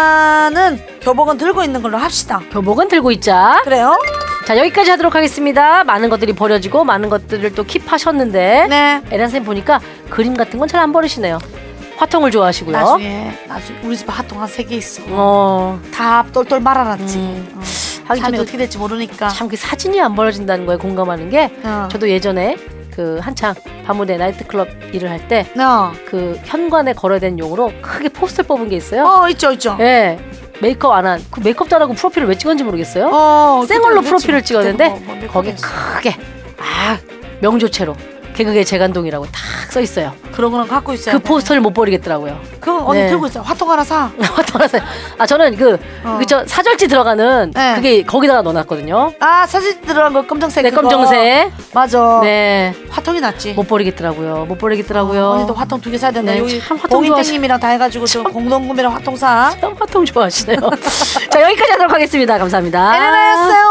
Speaker 3: 일단은 교복은 들고 있는 걸로 합시다.
Speaker 2: 교복은 들고 있자.
Speaker 3: 그래요?
Speaker 2: 자 여기까지 하도록 하겠습니다. 많은 것들이 버려지고 많은 것들을 또 킵하셨는데
Speaker 3: 네.
Speaker 2: 에란 쌤 보니까 그림 같은 건 잘 안 버리시네요. 화통을 좋아하시고요.
Speaker 3: 나중에 나중에 우리 집에 핫통 한세 개 있어.
Speaker 2: 어.
Speaker 3: 다 똘똘 말아놨지.
Speaker 2: 음.
Speaker 3: 어.
Speaker 2: 하긴
Speaker 3: 삶이
Speaker 2: 저도
Speaker 3: 어떻게 될지 모르니까.
Speaker 2: 참 그 사진이 안 버려진다는 거에 공감하는 게
Speaker 3: 어.
Speaker 2: 저도 예전에 그 한창 밤무대 나이트클럽 일을 할 때 그
Speaker 3: 어.
Speaker 2: 현관에 걸어야 되는 용으로 크게 포스터를 뽑은 게 있어요.
Speaker 3: 어 있죠 있죠.
Speaker 2: 예. 메이크업 안 한 그 메이크업 잘하고 프로필을 왜 찍었는지 모르겠어요.
Speaker 3: 어,
Speaker 2: 생얼로
Speaker 3: 그때
Speaker 2: 프로필을
Speaker 3: 그때 뭐,
Speaker 2: 찍었는데
Speaker 3: 뭐, 뭐,
Speaker 2: 거기
Speaker 3: 그랬어.
Speaker 2: 크게 아 명조체로 개그계 재간동이라고 딱 써 있어요.
Speaker 3: 그런 거는 갖고 있어요.
Speaker 2: 그 포스터를 못 버리겠더라고요.
Speaker 3: 그거 언니
Speaker 2: 네.
Speaker 3: 들고 있어. 화통 하나 사.
Speaker 2: 돌아서 아 저는 그
Speaker 3: 어.
Speaker 2: 그저 사절지 들어가는
Speaker 3: 네.
Speaker 2: 그게 거기다가 넣어놨거든요.
Speaker 3: 아 사진 들어간 거 검정색.
Speaker 2: 네
Speaker 3: 뭐, 그거. 어.
Speaker 2: 검정색
Speaker 3: 맞아.
Speaker 2: 네못
Speaker 3: 화통이 낫지.
Speaker 2: 버리겠더라고요. 못 버리겠더라고요.
Speaker 3: 언니도 화통 두 개 사야 된다.
Speaker 2: 네,
Speaker 3: 여기
Speaker 2: 참 화통
Speaker 3: 봉인땡님이랑 다 해가지고 좀 공동구매랑 화통 사.
Speaker 2: 참 화통 좋아하시네요. 자 여기까지 하도록 하겠습니다.
Speaker 3: 아.
Speaker 2: 감사합니다.
Speaker 3: 에레나였어요.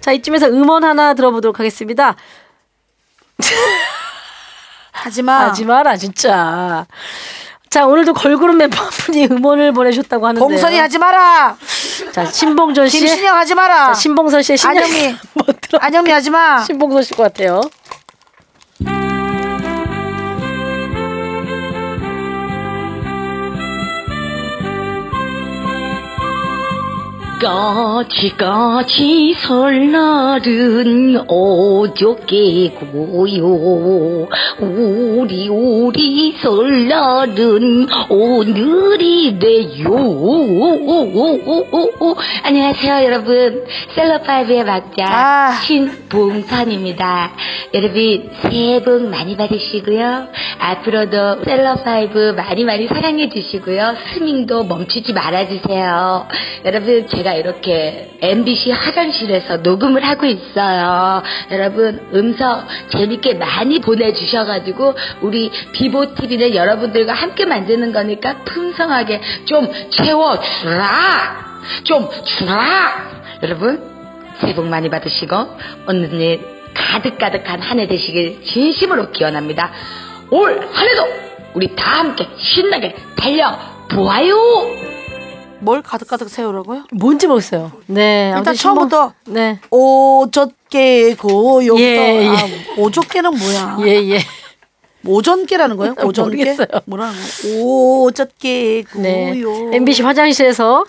Speaker 2: 자 이쯤에서 음원 하나 들어보도록 하겠습니다.
Speaker 3: 하지만
Speaker 2: 하지 마라 진짜. 자 오늘도 걸그룹 멤버 한 분이 음원을 보내셨다고 하는데.
Speaker 3: 봉선이 하지 마라.
Speaker 2: 자 신봉전 씨.
Speaker 3: 김신영 하지 마라.
Speaker 2: 자, 신봉선 씨의 신영이
Speaker 3: 아, 안영미. 아.
Speaker 2: 못 들어.
Speaker 3: 안영미 하지 마.
Speaker 2: 신봉선 씨것 같아요.
Speaker 11: 까치까치 설날은 어저께고요 우리 우리 설날은 오늘이래요 안녕하세요 여러분 셀럽파이브의 막자 신봉선입니다 여러분 새해 복 많이 받으시고요 앞으로도 셀럽파이브 많이 많이 사랑해 주시고요 스밍도 멈추지 말아주세요 여러분 제가 이렇게 MBC 화장실에서 녹음을 하고 있어요. 여러분 음성 재밌게 많이 보내주셔가지고 우리 비보 TV를 여러분들과 함께 만드는 거니까 풍성하게 좀 채워주라, 좀 주라. 여러분 새해 복 많이 받으시고 오늘은 가득가득한 한 해 되시길 진심으로 기원합니다. 올 한해도 우리 다 함께 신나게 달려 보아요.
Speaker 3: 뭘 가득가득 세우라고요?
Speaker 2: 뭔지 모르겠어요. 네.
Speaker 3: 일단
Speaker 2: 아무튼
Speaker 3: 처음부터
Speaker 2: 신봉- 네.
Speaker 3: 오젓게 고용도
Speaker 2: 예,
Speaker 3: 아,
Speaker 2: 예.
Speaker 3: 오젓게는 뭐야?
Speaker 2: 예, 예.
Speaker 3: 오전께라는 거예요? 오전께?
Speaker 2: 모르겠어요.
Speaker 3: 뭐라는 거예요? 오젓게
Speaker 2: 네.
Speaker 3: 고요.
Speaker 2: MBC 화장실에서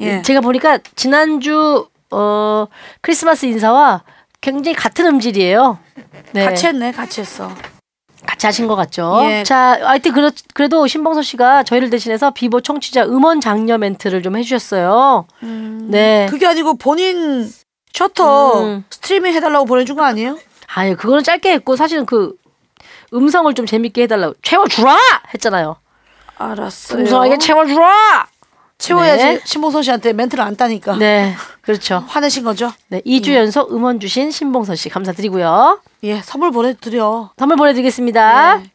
Speaker 3: 예.
Speaker 2: 제가 보니까 지난주 어 크리스마스 인사와 굉장히 같은 음질이에요. 네.
Speaker 3: 같이 했네, 같이 했어.
Speaker 2: 같이 하신 것 같죠.
Speaker 3: 예.
Speaker 2: 자, 하여튼 그렇, 그래도 신봉선 씨가 저희를 대신해서 비보 청취자 음원 장려 멘트를 좀 해주셨어요. 네.
Speaker 3: 음.
Speaker 2: 음.
Speaker 3: 그게 아니고 본인 셔터 스트리밍 해달라고 보내준 거 아니에요?
Speaker 2: 아니, 그거는 짧게 했고 사실은 그 음성을 좀 재밌게 해달라고 채워주라 했잖아요.
Speaker 3: 알았어요.
Speaker 2: 음성하게 채워주라.
Speaker 3: 채워야지
Speaker 2: 네.
Speaker 3: 신봉선 씨한테 멘트를 안 따니까.
Speaker 2: 네, 그렇죠.
Speaker 3: 화내신 거죠?
Speaker 2: 네, 2주 연속 음원 주신 신봉선 씨 감사드리고요.
Speaker 3: 예, 선물 보내드려.
Speaker 2: 선물 보내드리겠습니다.
Speaker 3: 네.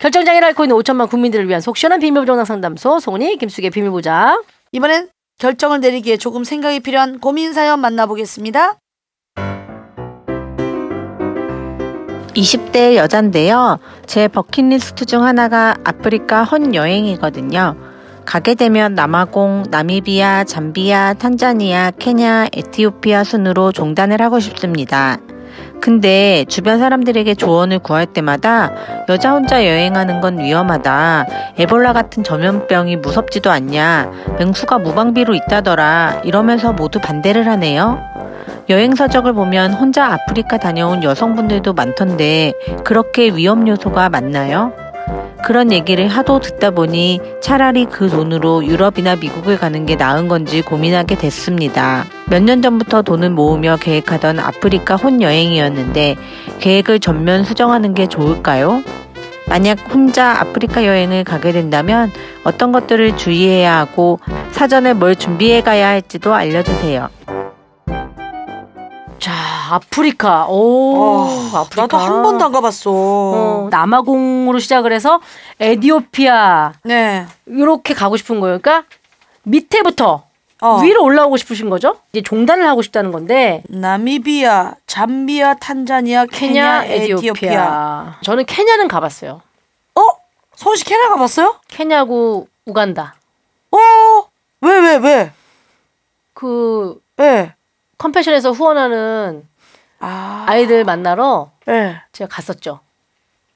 Speaker 2: 결정장애를 앓고 있는 5천만 국민들을 위한 속 시원한 비밀보장 상담소 송은이 김숙의 비밀보장.
Speaker 3: 이번엔 결정을 내리기에 조금 생각이 필요한 고민 사연 만나보겠습니다.
Speaker 4: 20대 여잔데요. 제 버킷리스트 중 하나가 아프리카 헌 여행이거든요. 가게 되면 남아공, 나미비아, 잠비아, 탄자니아, 케냐, 에티오피아 순으로 종단을 하고 싶습니다. 근데 주변 사람들에게 조언을 구할 때마다 여자 혼자 여행하는 건 위험하다. 에볼라 같은 전염병이 무섭지도 않냐. 맹수가 무방비로 있다더라. 이러면서 모두 반대를 하네요. 여행 서적을 보면 혼자 아프리카 다녀온 여성분들도 많던데 그렇게 위험 요소가 많나요? 그런 얘기를 하도 듣다 보니 차라리 그 돈으로 유럽이나 미국을 가는 게 나은 건지 고민하게 됐습니다. 몇 년 전부터 돈을 모으며 계획하던 아프리카 혼 여행이었는데 계획을 전면 수정하는 게 좋을까요? 만약 혼자 아프리카 여행을 가게 된다면 어떤 것들을 주의해야 하고 사전에 뭘 준비해 가야 할지도 알려주세요.
Speaker 2: 자, 아프리카. 오, 아프리카.
Speaker 3: 어, 나도 한 번도 안 가봤어.
Speaker 2: 남아공으로 시작을 해서 에디오피아.
Speaker 3: 네.
Speaker 2: 이렇게 가고 싶은 거예요. 그러니까 밑에부터
Speaker 3: 어.
Speaker 2: 위로 올라오고 싶으신 거죠? 이제 종단을 하고 싶다는 건데.
Speaker 3: 나미비아, 잠비아, 탄자니아,
Speaker 2: 케냐,
Speaker 3: 케냐, 에티오피아.
Speaker 2: 에티오피아. 저는 케냐는 가봤어요.
Speaker 3: 어? 서울시 케냐 가봤어요?
Speaker 2: 케냐고 우간다.
Speaker 3: 어? 왜, 왜, 왜?
Speaker 2: 그
Speaker 3: 네.
Speaker 2: 컴패션에서 후원하는
Speaker 3: 아.
Speaker 2: 이들 만나러
Speaker 3: 네.
Speaker 2: 제가 갔었죠.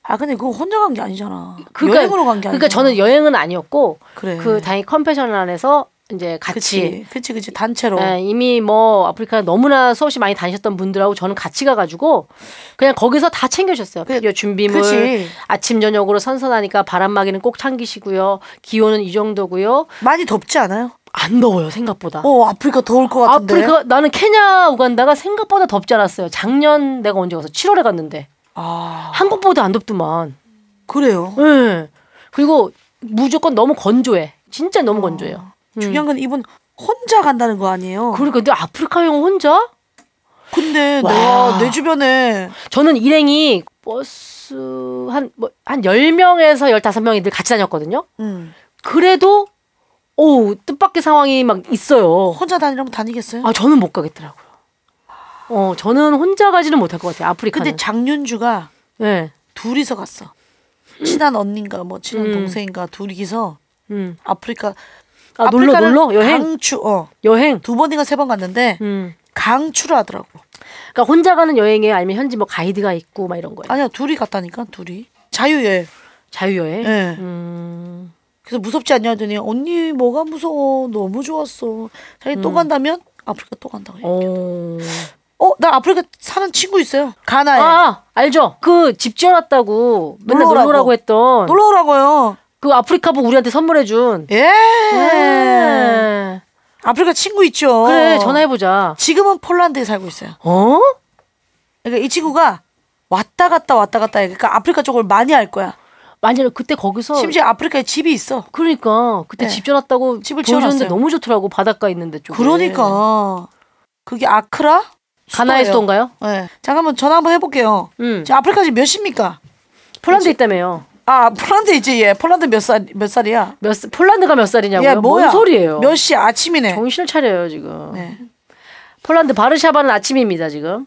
Speaker 3: 아, 근데 그거 혼자 간 게 아니잖아.
Speaker 2: 그러니까-
Speaker 3: 여행으로 간 게 아니잖아.
Speaker 2: 그러니까 저는 여행은 아니었고
Speaker 3: 그래.
Speaker 2: 그 다행히 컴패션 안에서 이제 같이
Speaker 3: 그치, 그치, 그치. 단체로.
Speaker 2: 예, 이미 뭐 아프리카 너무나 수없이 많이 다니셨던 분들하고 저는 같이 가가지고 그냥 거기서 다 챙겨주셨어요. 필요 준비물,
Speaker 3: 그- 그치.
Speaker 2: 아침 저녁으로 선선하니까 바람막이는 꼭 참기시고요. 기온은 이 정도고요.
Speaker 3: 많이 덥지 않아요?
Speaker 2: 안 더워요 생각보다.
Speaker 3: 어, 아프리카 더울 것 같은데.
Speaker 2: 아프리카 나는 케냐 우간다가 생각보다 덥지 않았어요. 작년 내가 언제 가서 7월에 갔는데 한국보다 안 덥더만.
Speaker 3: 아, 그래요?
Speaker 2: 예. 그리고 무조건 너무 건조해. 진짜 너무 건조해요.
Speaker 3: 중요한 건 이분 혼자 간다는 거 아니에요?
Speaker 2: 음. 그러니까 근데 아프리카 형 혼자?
Speaker 3: 근데
Speaker 2: 와.
Speaker 3: 내가 내 주변에
Speaker 2: 저는 일행이 버스 한 뭐 한 10명에서 15명이 늘 같이 다녔거든요.
Speaker 3: 음.
Speaker 2: 그래도 오, 뜻밖의 상황이 막 있어요.
Speaker 3: 혼자 다니려면 다니겠어요?
Speaker 2: 아, 저는 못 가겠더라고요. 어, 저는 혼자 가지는 못할 것 같아요. 아프리카는.
Speaker 3: 근데 장윤주가
Speaker 2: 네.
Speaker 3: 둘이서 갔어. 친한 언니인가 뭐 친한
Speaker 2: 음.
Speaker 3: 동생인가 둘이서
Speaker 2: 음.
Speaker 3: 아프리카
Speaker 2: 아, 놀러, 놀러? 여행?
Speaker 3: 강추 어
Speaker 2: 여행
Speaker 3: 두 번인가 세 번 갔는데
Speaker 2: 음.
Speaker 3: 강추를 하더라고.
Speaker 2: 그러니까 혼자 가는 여행이에요? 아니면 현지 뭐 가이드가 있고
Speaker 3: 아,
Speaker 2: 막 이런 거예요? 네.
Speaker 3: 아니야 둘이 갔다니까 둘이 자유여행.
Speaker 2: 자유여행?
Speaker 3: 예.
Speaker 2: 음.
Speaker 3: 그래서 무섭지 않냐 하더니 언니 뭐가 무서워 너무 좋았어 자기 또
Speaker 5: 음.
Speaker 3: 간다면 아프리카 또 간다고
Speaker 2: 어.
Speaker 3: 어 나 아프리카 사는 친구 있어요 가나에
Speaker 2: 아 알죠 그 집 지어놨다고 맨날
Speaker 3: 네. 놀러오라고.
Speaker 2: 놀러오라고, 했던
Speaker 3: 놀러오라고요
Speaker 2: 그 아프리카부 우리한테 선물해준
Speaker 3: 예 아프리카 친구 있죠
Speaker 2: 네. 그래 전화해보자
Speaker 3: 지금은 폴란드에 살고 있어요
Speaker 2: 어?
Speaker 3: 그러니까 이 친구가 왔다 갔다 왔다 갔다 해. 그러니까 아프리카 쪽을 많이 알 거야.
Speaker 2: 완전 그때 거기서
Speaker 3: 심지어 아프리카에 집이 있어.
Speaker 2: 그러니까 그때
Speaker 3: 네.
Speaker 2: 집 지어놨다고 집을
Speaker 3: 지어놨어요.
Speaker 2: 보여줬는데 너무 좋더라고 바닷가 있는데 쪽에
Speaker 3: 그러니까 그게 아크라
Speaker 2: 가나의
Speaker 3: 수도예요.
Speaker 2: 수도인가요?
Speaker 3: 네. 잠깐만 전화 한번 해볼게요.
Speaker 2: 음.
Speaker 3: 지금 아프리카 지금 몇입니까?
Speaker 2: 폴란드 있다며요.
Speaker 3: 아 폴란드 있지 예. 폴란드 몇 살 몇 살이야?
Speaker 2: 몇 살- 폴란드가 몇 살이냐고요?
Speaker 3: 예, 뭐야?
Speaker 2: 뭔 소리예요?
Speaker 3: 몇 시 네. 아침이네. 예.
Speaker 2: 정신을 차려요 지금. 폴란드 바르샤바는 아침입니다 지금.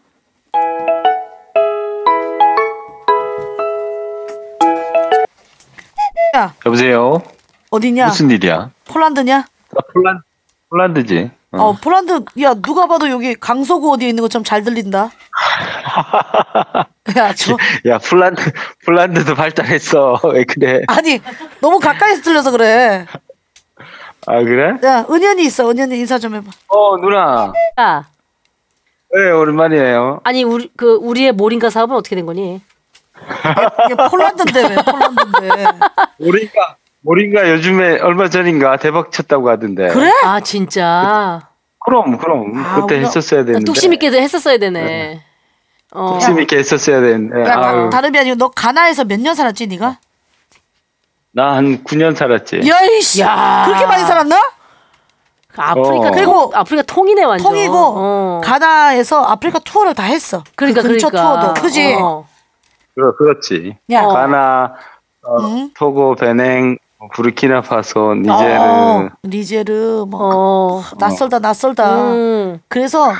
Speaker 11: 여보세요.
Speaker 3: 어디냐?
Speaker 11: 무슨 일이야? 아,
Speaker 3: 폴란드냐?
Speaker 11: 폴란 폴란드지. 어.
Speaker 3: 어 폴란드 야 누가 봐도 여기 강서구 어디에 있는 것처럼 잘 들린다. 야 저.
Speaker 11: 야 폴란드 폴란드도 발달했어. 왜 그래?
Speaker 3: 아니 너무 가까이서 들려서 그래.
Speaker 11: 아 그래?
Speaker 3: 야 은연이 있어 은연이 인사 좀 해봐.
Speaker 11: 어 누나.
Speaker 3: 아,
Speaker 2: 야
Speaker 11: 네 오랜만이에요.
Speaker 2: 아니 우리 그 우리의 모린가 사업은 어떻게 된 거니?
Speaker 3: 폴란드인데 왜 폴란드인데?
Speaker 11: 모린가 모린가 요즘에 얼마 전인가 대박 쳤다고 하던데.
Speaker 2: 아 진짜.
Speaker 11: 그럼 그럼
Speaker 2: 아,
Speaker 11: 그때
Speaker 2: 우리가-
Speaker 11: 했었어야 되는데.
Speaker 2: 뚝심 있게도 했었어야 되네. 어.
Speaker 11: 뚝심 있게 했었어야 되는데.
Speaker 3: 야, 다,
Speaker 11: 네, 아유,
Speaker 3: 다름이 아니고 너 가나에서 몇 년 살았지 네가?
Speaker 11: 나한 9년 살았지.
Speaker 3: 야이씨
Speaker 2: 야.
Speaker 3: 그렇게 많이 살았나?
Speaker 2: 아프리카
Speaker 11: 어.
Speaker 2: 아, 그리고 아프리카 통이네 완전. 어.
Speaker 3: 통이고 가나에서 아프리카 투어를 다 했어.
Speaker 2: 그러니까,
Speaker 3: 그 근처
Speaker 2: 그러니까.
Speaker 3: 투어도 그지?
Speaker 2: 어.
Speaker 11: 그러, 그렇지.
Speaker 3: 야. 어.
Speaker 11: 가나, 어, 토고, 베냉, 부르키나파소, 니제르.
Speaker 3: 어, 니제르
Speaker 2: 어.
Speaker 3: 뭐 그- 낯설다 낯설다.
Speaker 2: 음.
Speaker 3: 그래서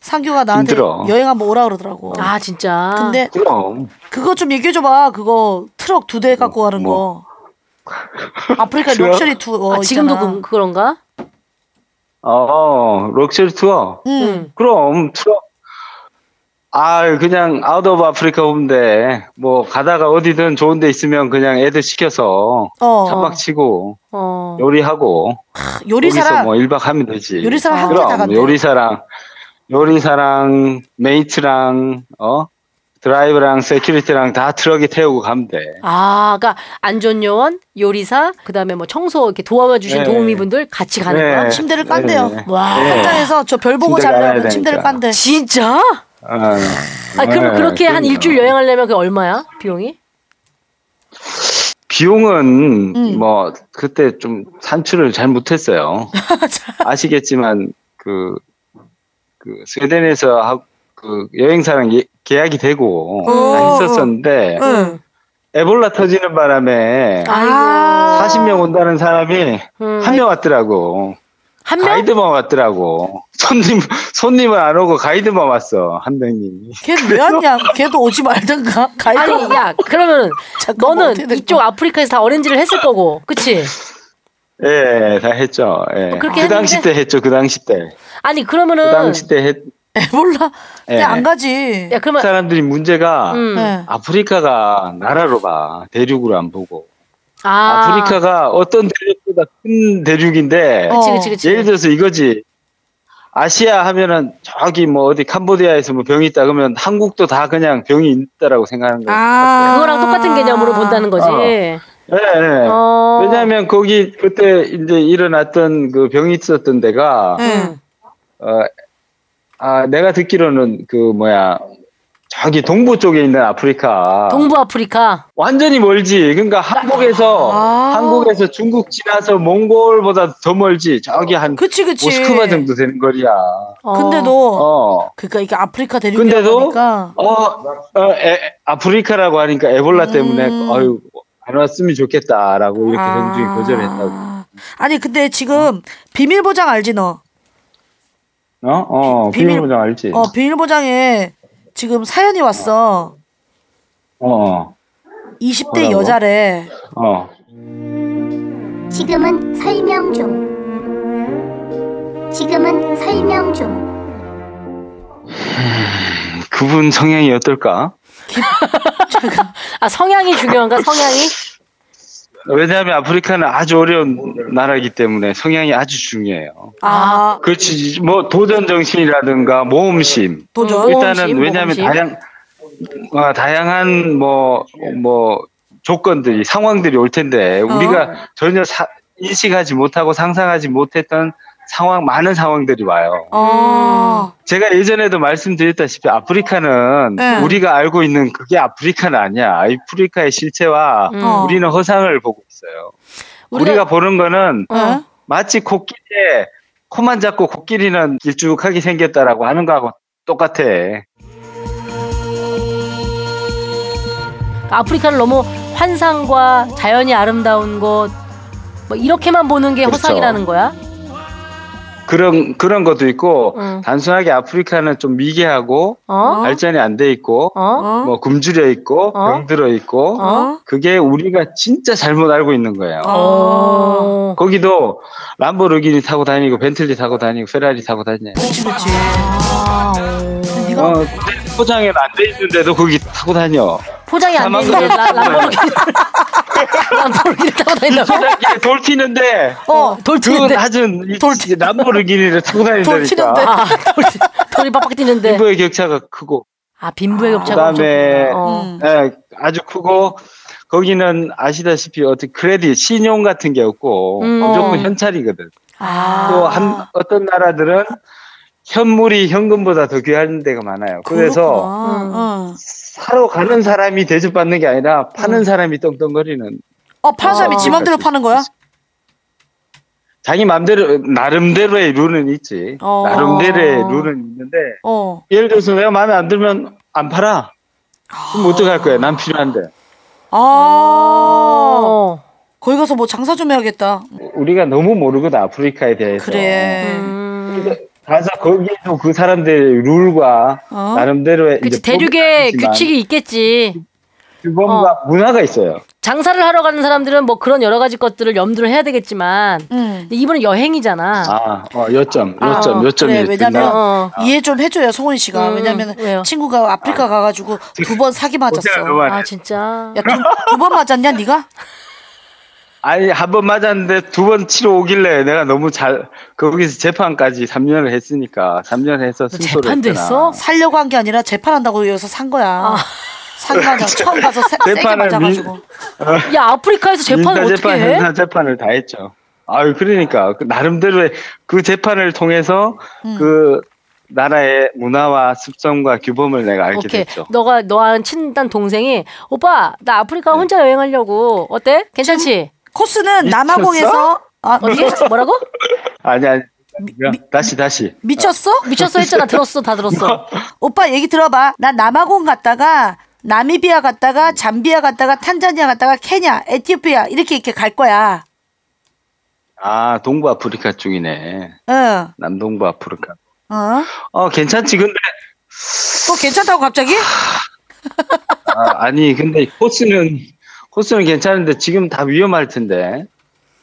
Speaker 3: 상규가 나한테
Speaker 11: 힘들어.
Speaker 3: 여행 한번 오라 그러더라고.
Speaker 2: 아 진짜.
Speaker 3: 근데
Speaker 11: 그럼.
Speaker 3: 그거 좀 얘기해 줘봐. 그거 트럭 두 대 갖고 가는 거. 아프리카
Speaker 11: 뭐. 트럭?
Speaker 3: 럭셔리 투어
Speaker 2: 아, 지금도
Speaker 3: 있잖아.
Speaker 2: 그, 그런가?
Speaker 11: 어, 럭셔리 투어.
Speaker 3: 응.
Speaker 11: 그럼, 투어. 아, 그냥 아웃 오브 아프리카 오는데 뭐 가다가 어디든 좋은 데 있으면 그냥 애들 시켜서
Speaker 3: 어.
Speaker 11: 차박 치고
Speaker 2: 어.
Speaker 11: 요리하고
Speaker 3: 요리사랑-
Speaker 11: 거기서 뭐 1박 하면 되지.
Speaker 3: 요리사랑 함께 다
Speaker 11: 그럼
Speaker 3: 간대요.
Speaker 11: 요리사랑 요리사랑 메이트랑 어? 드라이브랑 세큐리티랑 다 트럭에 태우고 가면 돼.
Speaker 2: 아, 그러니까 안전요원, 요리사, 그다음에 뭐 청소 이렇게 도와와 주신
Speaker 11: 네.
Speaker 2: 도우미분들 같이 가는
Speaker 11: 네.
Speaker 2: 거야.
Speaker 11: 침대를 깐대요. 네.
Speaker 2: 와,
Speaker 11: 네.
Speaker 3: 현장에서 저 별 보고
Speaker 11: 침대를
Speaker 3: 자려면
Speaker 11: 깔아야
Speaker 3: 침대를
Speaker 11: 되니까.
Speaker 3: 깐대.
Speaker 2: 진짜?
Speaker 11: 아,
Speaker 2: 아, 그럼
Speaker 11: 네,
Speaker 2: 그렇게 한
Speaker 11: 그럼요.
Speaker 2: 일주일 여행하려면 그게 얼마야? 비용이?
Speaker 11: 비용은
Speaker 2: 음.
Speaker 11: 뭐 그때 좀 산출을 잘 못했어요. 아시겠지만 그, 그 스웨덴에서 하, 그 여행사랑 예- 계약이 되고 다 했었었는데
Speaker 2: 음.
Speaker 11: 에볼라 터지는 바람에
Speaker 2: 아.
Speaker 11: 40명 온다는 사람이
Speaker 2: 음.
Speaker 11: 한 명 왔더라고.
Speaker 2: 한
Speaker 11: 가이드만 왔더라고. 손님 손님은 안 오고 가이드만 왔어 한 명이.
Speaker 3: 걔왜 왔냐? 걔도 오지 말든가. 뭐 가이드.
Speaker 2: 아니, 야, 그러면은 너는 이쪽 아프리카에서 다 어렌지를 했을 거고, 그치?
Speaker 11: 예, 다 했죠. 예.
Speaker 2: 그렇게
Speaker 11: 그 당시
Speaker 2: 했는데? 음.
Speaker 11: 때 했죠. 그 당시 때.
Speaker 2: 아니,
Speaker 11: 그
Speaker 2: 그러면은
Speaker 11: 당시 때 했.
Speaker 3: 에볼라
Speaker 11: 예.
Speaker 3: 안 가지. 예.
Speaker 2: 야, 그러면
Speaker 11: 사람들이 문제가
Speaker 2: 음. 네.
Speaker 11: 아프리카가 나라로 봐 대륙으로 안 보고
Speaker 2: 아,
Speaker 11: 아프리카가 어떤 대륙보다 큰 대륙인데
Speaker 2: 그치, 어, 그치, 그치.
Speaker 11: 예를 들어서 이거지 아시아 하면은 저기 뭐 어디 캄보디아에서 뭐 병이 있다 그러면 한국도 다 그냥 병이 있다라고 생각하는
Speaker 2: 아.
Speaker 11: 거예요.
Speaker 2: 그거랑 똑같은 개념으로 본다는 거지.
Speaker 11: 예, 예.
Speaker 2: 어.
Speaker 11: 왜냐하면 거기 그때 이제 일어났던 그 병이 있었던 데가
Speaker 2: 네.
Speaker 3: 음.
Speaker 11: 어, 아 내가 듣기로는 그 뭐야 저기 동부 쪽에 있는 아프리카
Speaker 2: 동부 아프리카.
Speaker 11: 완전히 멀지. 그러니까 한국에서
Speaker 3: 아.
Speaker 11: 한국에서 중국 지나서 몽골보다 더 멀지. 저기 한
Speaker 3: 그치.
Speaker 11: 모스크바 정도 되는 거리야.
Speaker 2: 어.
Speaker 3: 근데도
Speaker 11: 어.
Speaker 3: 그러니까 이게 아프리카
Speaker 11: 근데도?
Speaker 3: 대륙이니까
Speaker 11: 어, 어, 에- 아프리카라고 하니까 에볼라
Speaker 3: 음.
Speaker 11: 때문에 아유 안 왔으면 좋겠다라고 이렇게
Speaker 3: 아.
Speaker 11: 정중히 거절했다고.
Speaker 3: 아니 근데 지금 비밀 보장 알지 너?
Speaker 11: 어? 어,
Speaker 3: 비밀-
Speaker 11: 비밀보장 알지?
Speaker 3: 어 비밀 보장에 지금 사연이 왔어.
Speaker 11: 어.
Speaker 3: 20대
Speaker 11: 뭐라고?
Speaker 3: 여자래.
Speaker 11: 어.
Speaker 12: 지금은 설명 좀. 지금은 설명 좀.
Speaker 11: 그분 성향이 어떨까?
Speaker 2: 아, 성향이 중요한가? 성향이?
Speaker 11: 왜냐하면 아프리카는 아주 어려운 나라이기 때문에 성향이 아주 중요해요.
Speaker 5: 아,
Speaker 11: 그렇지 뭐 도전 정신이라든가 모험심.
Speaker 5: 도전.
Speaker 11: 일단은
Speaker 5: 모험심,
Speaker 11: 왜냐하면
Speaker 5: 모험심.
Speaker 11: 다양 아, 다양한 뭐 뭐 조건들이 상황들이 올 텐데 우리가 전혀 사- 인식하지 못하고 상상하지 못했던 상황 많은 상황들이 와요.
Speaker 5: 어.
Speaker 11: 제가 예전에도 말씀드렸다시피 아프리카는
Speaker 5: 네.
Speaker 11: 우리가 알고 있는 그게 아프리카는 아니야. 아프리카의 실체와
Speaker 5: 음.
Speaker 11: 우리는 허상을 보고 있어요. 어. 우리가, 어. 보는 거는 마치 코끼리에 코만 잡고 코끼리는 길쭉하게 생겼다라고 하는 거하고 똑같아.
Speaker 2: 아프리카를 너무 환상과 자연이 아름다운 곳, 뭐 이렇게만 보는 게
Speaker 11: 그렇죠.
Speaker 2: 허상이라는 거야?
Speaker 11: 그런 그런 것도 있고
Speaker 2: 응.
Speaker 11: 단순하게 아프리카는 좀 미개하고
Speaker 2: 어?
Speaker 11: 발전이 안 돼 있고
Speaker 2: 어?
Speaker 11: 뭐 굶주려 있고 병들어 있고
Speaker 2: 어?
Speaker 11: 그게 우리가 진짜 잘못 알고 있는 거예요.
Speaker 2: 어.
Speaker 11: 거기도 람보르기니 타고 다니고 벤틀리 타고 다니고 페라리 타고 다녀요.
Speaker 5: 그렇지.
Speaker 2: 아,
Speaker 11: 어, 포장에 안돼 있는데도 거기 타고 다녀.
Speaker 2: 포장이 안
Speaker 11: 사막
Speaker 2: 되는데
Speaker 11: 같은 데
Speaker 2: 람보르기 람보르기를 타고 다닌다고?
Speaker 11: 포장기에 돌 튀는데
Speaker 2: 어, 돌 튀는데.
Speaker 11: 그 낮은 돌 튀... 람보르기니를 타고 다닌다니까.
Speaker 2: 돌 튀는데 아, 돌, 튀- 돌이 빡빡 튀는데
Speaker 11: 피부의 격차가 크고
Speaker 2: 아 빈부의 격차가
Speaker 11: 그다음에
Speaker 2: 엄청
Speaker 11: 예, 아주 크고 거기는 아시다시피 어떻게 크레딧 신용 같은 게 없고
Speaker 2: 음.
Speaker 11: 무조건
Speaker 2: 어.
Speaker 11: 현찰이거든.
Speaker 3: 아.
Speaker 11: 또 한 어떤 나라들은 현물이 현금보다 더 귀한 데가 많아요. 그래서
Speaker 2: 음.
Speaker 5: 어.
Speaker 11: 사러 가는 사람이 대접받는 게 아니라 파는 사람이 떵떵거리는
Speaker 5: 어, 파는
Speaker 11: 아.
Speaker 5: 사람이 지 맘대로 파는 거야?
Speaker 11: 자기 마음대로 나름대로의 룰은 있지.
Speaker 5: 어.
Speaker 11: 나름대로의 룰은 있는데
Speaker 5: 어.
Speaker 11: 예를 들어서 내가 마음에 안 들면 안 팔아. 그럼 어떡할 거야? 난 필요한데.
Speaker 3: 음.
Speaker 5: 아.
Speaker 2: 어.
Speaker 5: 거기 가서 뭐 장사 좀 해야겠다.
Speaker 11: 우리가 너무 모르거든 아프리카에 대해서.
Speaker 3: 네.
Speaker 5: 그래.
Speaker 2: 음.
Speaker 11: 가서 거기도 그 사람들의 룰과
Speaker 2: 어?
Speaker 11: 나름대로의
Speaker 2: 그치
Speaker 11: 이제
Speaker 2: 대륙에
Speaker 11: 법이 있지만
Speaker 2: 규칙이 있겠지
Speaker 11: 규범과 문화가 있어요.
Speaker 2: 장사를 하러 가는 사람들은 뭐 그런 여러 가지 것들을 염두를 해야 되겠지만
Speaker 5: 음.
Speaker 2: 근데 이분은 여행이잖아
Speaker 11: 아, 어, 요점, 요점,
Speaker 2: 어,
Speaker 11: 요점이
Speaker 2: 그래,
Speaker 11: 있구나.
Speaker 2: 왜냐면, 어.
Speaker 5: 이해 좀 해줘요, 송은 씨가.
Speaker 2: 음,
Speaker 5: 왜냐면 친구가 아프리카 가가지고 두 번 사기 맞았어.
Speaker 11: 어떻게 그만해. 아,
Speaker 2: 진짜.
Speaker 5: 야, 두 번 맞았냐, 네가?
Speaker 11: 아니 한 번 맞았는데 두 번 치러 오길래 내가 너무 잘 거기서 재판까지 3년을 했으니까 3년 해서 승소를 했잖아.
Speaker 5: 살려고 한 게 아니라 재판한다고 여기서 산 거야.
Speaker 2: 아.
Speaker 5: 상관장 처음 가서 세, 세게
Speaker 11: 재판을
Speaker 5: 맞아가지고.
Speaker 11: 민-
Speaker 2: 야 아프리카에서
Speaker 11: 민사 재판, 형사 재판을 다 했죠. 아유 그러니까 그 나름대로의 그 재판을 통해서
Speaker 2: 음.
Speaker 11: 그 나라의 문화와 습성과 규범을 내가 알게
Speaker 2: 오케이
Speaker 11: 됐죠.
Speaker 2: 너가 너한 친한 동생이 오빠 나
Speaker 11: 네.
Speaker 2: 아프리카 혼자 여행하려고 어때 괜찮지
Speaker 5: 코스는 남아공에서 아,
Speaker 11: 음.
Speaker 2: 어떻게 뭐라고
Speaker 11: 아니 아니 다시 다시
Speaker 5: 미쳤어?
Speaker 2: 미쳤어 했잖아 들었어 다
Speaker 11: 뭐?
Speaker 2: 들었어
Speaker 5: 오빠 얘기 들어봐. 나 남아공 갔다가 나미비아 갔다가 잠비아 갔다가 탄자니아 갔다가 케냐, 에티오피아 이렇게 이렇게 갈 거야.
Speaker 11: 아 동부 아프리카 중이네.
Speaker 5: 응.
Speaker 11: 남동부 아프리카.
Speaker 5: 어?
Speaker 11: 어 괜찮지 근데
Speaker 5: 또 괜찮다고 갑자기?
Speaker 11: 아, 아니 근데 코스는 코스는 괜찮은데 지금 다 위험할 텐데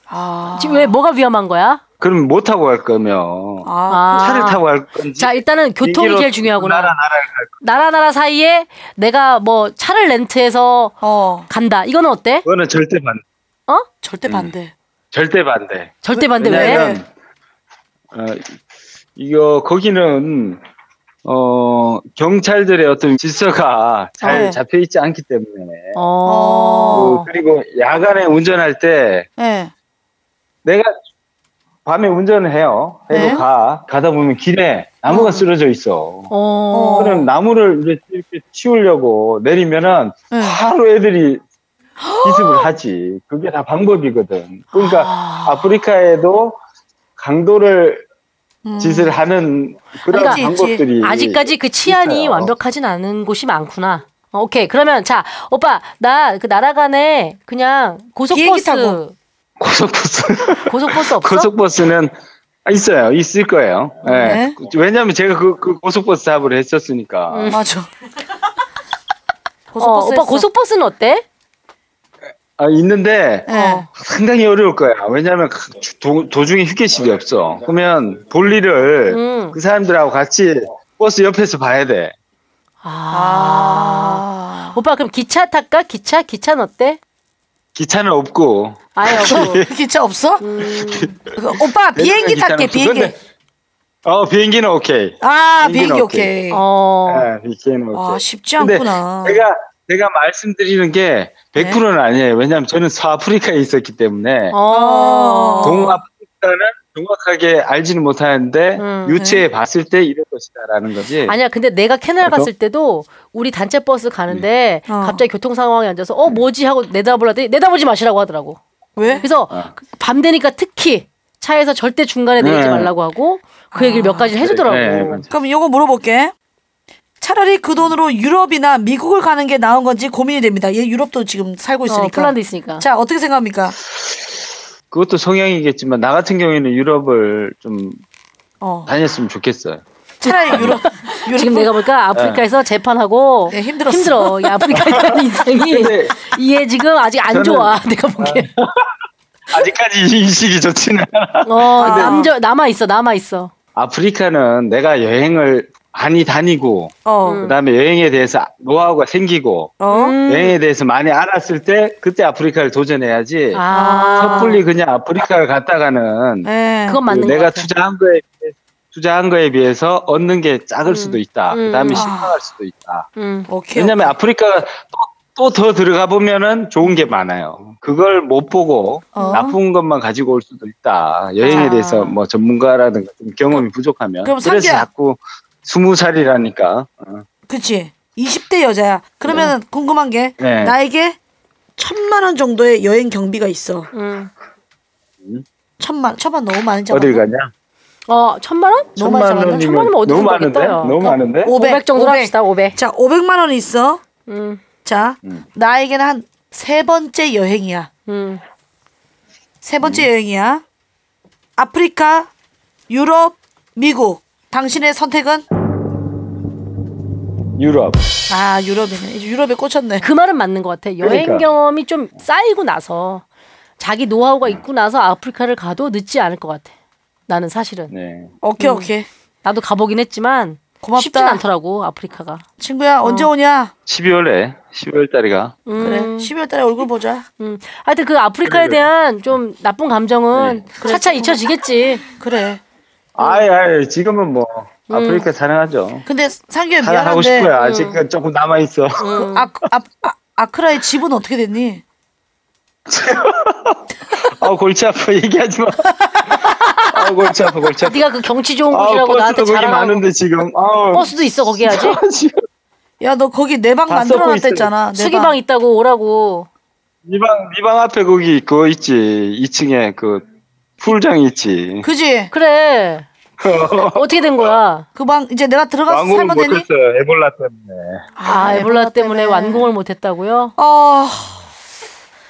Speaker 5: 아.
Speaker 2: 지금 왜 뭐가 위험한 거야
Speaker 11: 그럼 못 타고 갈 거며
Speaker 2: 아.
Speaker 11: 차를 타고 갈 건지
Speaker 2: 자 일단은 교통이
Speaker 11: 비행기로
Speaker 2: 제일 중요하구나
Speaker 11: 나라 나라를 갈 거.
Speaker 2: 나라 나라 사이에 내가 뭐 차를 렌트해서 간다 이거는 어때
Speaker 11: 그거는 절대 반
Speaker 2: 어
Speaker 5: 어,
Speaker 11: 음.
Speaker 5: 절대 반대
Speaker 11: 절대 반대
Speaker 2: 절대 반대 왜
Speaker 11: 왜냐면, 어, 이거 거기는 어 경찰들의 어떤 질서가 잘
Speaker 5: 네.
Speaker 11: 잡혀 있지 않기 때문에
Speaker 2: 어.
Speaker 11: 어, 그리고 야간에 운전할 때
Speaker 5: 예.
Speaker 11: 내가 밤에 운전을 해요. 해도
Speaker 5: 네.
Speaker 11: 가. 가다 보면 길에 나무가 쓰러져 있어.
Speaker 2: 어.
Speaker 11: 그럼 나무를 이제 이렇게 치우려고 내리면은
Speaker 2: 네.
Speaker 5: 예.
Speaker 11: 바로 애들이 기습을 하지. 그게 다 방법이거든. 그러니까
Speaker 2: 아.
Speaker 11: 아프리카에도 강도를 짓을 하는 그런
Speaker 2: 음. 그러니까
Speaker 11: 방법들이
Speaker 2: 아직까지 그 치안이
Speaker 11: 있어요.
Speaker 2: 완벽하진 않은 곳이 많구나. 어, 오케이 그러면 자 오빠 나 그 나라 간에 그냥
Speaker 11: 비행기
Speaker 2: 고속버스
Speaker 11: 타고. 고속버스
Speaker 2: 고속버스 없어?
Speaker 11: 고속버스는 있어요. 있을 거예요. 예.
Speaker 2: 네.
Speaker 11: 왜냐하면 제가 그, 그 고속버스 사업을 했었으니까.
Speaker 2: 음.
Speaker 5: 맞아.
Speaker 2: 어, 오빠
Speaker 11: 했어.
Speaker 2: 고속버스는 어때?
Speaker 11: 아, 있는데
Speaker 5: 예.
Speaker 3: 네.
Speaker 2: 어.
Speaker 11: 상당히 어려울 거야. 왜냐하면 가- 도, 도중에 휴게실이 없어. 그러면 볼 일을
Speaker 2: 음.
Speaker 11: 그 사람들하고 같이 버스 옆에서 봐야 돼. 아.
Speaker 5: 아.
Speaker 2: 오빠 그럼 기차 탈까? 기차 기차는 어때?
Speaker 11: 기차는 없고.
Speaker 3: 아예 없고. 기차
Speaker 2: 아. 음.
Speaker 3: 없어? 그, 오빠 비행기
Speaker 11: 내려갈
Speaker 3: 탈게
Speaker 11: 기차는 없어.
Speaker 3: 비행기.
Speaker 11: 근데- 어 비행기는 오케이.
Speaker 3: 아
Speaker 11: 비행기는
Speaker 3: 비행기 오케이.
Speaker 2: 어.
Speaker 11: 네, 비행기는 오케이.
Speaker 3: 어. 아 쉽지
Speaker 11: 근데
Speaker 3: 않구나.
Speaker 11: 제가 제가 말씀드리는 게
Speaker 3: 네.
Speaker 11: 100%는 아니에요. 왜냐하면 저는 서아프리카에 있었기 때문에
Speaker 3: 어.
Speaker 11: 그 동아프리카는 정확하게 알지는 못하는데
Speaker 2: 음.
Speaker 11: 유치해 봤을 때 이럴 것이다라는 거지.
Speaker 2: 아니야, 근데 내가 캐나다
Speaker 11: 그죠?
Speaker 2: 갔을 때도 우리 단체 버스 가는데
Speaker 11: 음. 어.
Speaker 2: 갑자기 교통 상황이 앉아서 어 뭐지 하고 내다보라더니 내다보지 마시라고 하더라고.
Speaker 3: 왜?
Speaker 2: 그래서
Speaker 11: 아.
Speaker 2: 밤 되니까 특히 차에서 절대 중간에 내리지
Speaker 3: 네.
Speaker 2: 말라고 하고 그 얘기를
Speaker 11: 아,
Speaker 2: 몇
Speaker 11: 네,
Speaker 2: 가지 해주더라고. 어, 그러니까
Speaker 3: 그럼 요거 물어볼게. 차라리 그 돈으로 유럽이나 미국을 가는 게 나은 건지 고민이 됩니다. 얘 유럽도 지금 살고 있으니까.
Speaker 2: 어, 폴란드 있으니까.
Speaker 3: 자 어떻게 생각합니까?
Speaker 11: 그것도 성향이겠지만 나 같은 경우에는 유럽을 좀
Speaker 3: 어.
Speaker 11: 다녔으면 좋겠어요.
Speaker 3: 차라리 유럽.
Speaker 2: 지금 내가
Speaker 11: 네.
Speaker 2: 보니까 아프리카에서 재판하고
Speaker 3: 네, 힘들었어.
Speaker 2: 힘들어. 이 아프리카에 가는 인생이 이해 지금 아직 안
Speaker 11: 저는-
Speaker 2: 좋아. 내가 보기에.
Speaker 11: 아직까지 인식이 좋지는 않아.
Speaker 2: 어, 남저 남아 있어. 남아 있어.
Speaker 11: 아프리카는 내가 여행을 많이 다니고
Speaker 3: 어.
Speaker 11: 그다음에 여행에 대해서 노하우가 생기고
Speaker 3: 어?
Speaker 2: 음.
Speaker 11: 여행에 대해서 많이 알았을 때 그때 아프리카를 도전해야지
Speaker 2: 아.
Speaker 11: 네.
Speaker 2: 네.
Speaker 11: 섣불리 그냥 아프리카를 갔다가는
Speaker 3: 예.
Speaker 2: 그건 맞는 거
Speaker 11: 내가 투자한 거에 비해- 투자한 거에 비해서 얻는 게 작을 수도 있다.
Speaker 2: 음.
Speaker 11: 그다음에
Speaker 2: 아.
Speaker 11: 실망할 수도 있다.
Speaker 2: 음.
Speaker 3: 오케이.
Speaker 11: 왜냐하면 아프리카가 또 더 들어가 보면은 좋은 게 많아요. 그걸 못 보고
Speaker 3: 어.
Speaker 11: 나쁜 것만 가지고 올 수도 있다. 여행에
Speaker 3: 아.
Speaker 11: 대해서 뭐 전문가라든가 좀 경험이 부족하면
Speaker 3: 그럼
Speaker 11: 그래서
Speaker 3: 상기야.
Speaker 11: 자꾸 스무 살이라니까. 어.
Speaker 3: 그치. 20대 여자야. 그러면 궁금한 게
Speaker 11: 네.
Speaker 3: 나에게 천만 원 정도의 여행 경비가 있어.
Speaker 2: 음.
Speaker 3: 천만 천만 너무 많은 잖아.
Speaker 11: 어딜 가냐?
Speaker 2: 어, 천만 원?
Speaker 3: 뭐 너무 많이
Speaker 11: 천만
Speaker 3: 잡았나?
Speaker 11: 원이면
Speaker 3: 천만 원이면 어디
Speaker 11: 너무
Speaker 3: 좀 가겠다,
Speaker 11: 많은데?
Speaker 3: 야. 그러니까 뭐
Speaker 11: 너무 많은데?
Speaker 3: 500
Speaker 2: 정도로
Speaker 3: 500.
Speaker 2: 합시다. 음, 500.
Speaker 3: 자, 500만 원 있어. 자,
Speaker 11: 음.
Speaker 3: 나에게는 한 세 번째 여행이야.
Speaker 2: 음.
Speaker 3: 세 번째 여행이야. 아프리카, 유럽, 미국. 당신의 선택은
Speaker 11: 유럽.
Speaker 3: 아 유럽이네. 이제 유럽에 꽂혔네.
Speaker 2: 그 말은 맞는 것 같아. 여행
Speaker 11: 그러니까.
Speaker 2: 경험이 좀 쌓이고 나서 자기 노하우가 있고 나서 아프리카를 가도 늦지 않을 것 같아. 나는 사실은.
Speaker 11: 네.
Speaker 3: 오케이 오케이.
Speaker 2: 나도 가보긴 했지만 음. 쉽진 어. 않더라고 아프리카가.
Speaker 3: 친구야 언제 오냐?
Speaker 11: 12월에 12월 달이가.
Speaker 3: 그래. 12월 달에 얼굴 보자.
Speaker 2: 음. 하여튼 그 아프리카에 대한 좀 나쁜
Speaker 11: 네.
Speaker 2: 감정은 차차 잊혀지겠지.
Speaker 3: 그래.
Speaker 11: 아예 아예 지금은 뭐
Speaker 3: 음.
Speaker 11: 아프리카 사랑하죠.
Speaker 3: 근데
Speaker 2: 네,
Speaker 3: 상규야
Speaker 11: 사랑하고
Speaker 3: 미안한데
Speaker 11: 싶어요. 아직은 조금 남아 있어.
Speaker 3: 그 아, 아, 아, 아크라의 집은 어떻게 됐니?
Speaker 11: 아 골치 아파 얘기하지 마. 아 골치 아파 골치 아파.
Speaker 2: 네가 그 경치 좋은
Speaker 11: 아우,
Speaker 2: 곳이라고
Speaker 11: 버스도
Speaker 2: 나한테
Speaker 11: 거기
Speaker 2: 자랑하고.
Speaker 11: 많은데 지금. 아우.
Speaker 2: 버스도 있어 거기 아직.
Speaker 3: 야 너 거기 내 방
Speaker 11: 다 쓰고
Speaker 3: 만들어놨댔잖아. 내
Speaker 2: 수기방
Speaker 3: 방.
Speaker 2: 있다고 오라고.
Speaker 11: 니방 니방 앞에 거기 그거 있지. 2층에 그 풀장 있지.
Speaker 3: 그지?
Speaker 2: 그래. 어떻게 된 거야?
Speaker 3: 그 방 이제 내가 들어가서
Speaker 11: 왕궁을
Speaker 3: 살면 되니?
Speaker 11: 못했어요. 에볼라 때문에.
Speaker 2: 아, 에볼라 때문에 완공을 못했다고요?
Speaker 3: 어.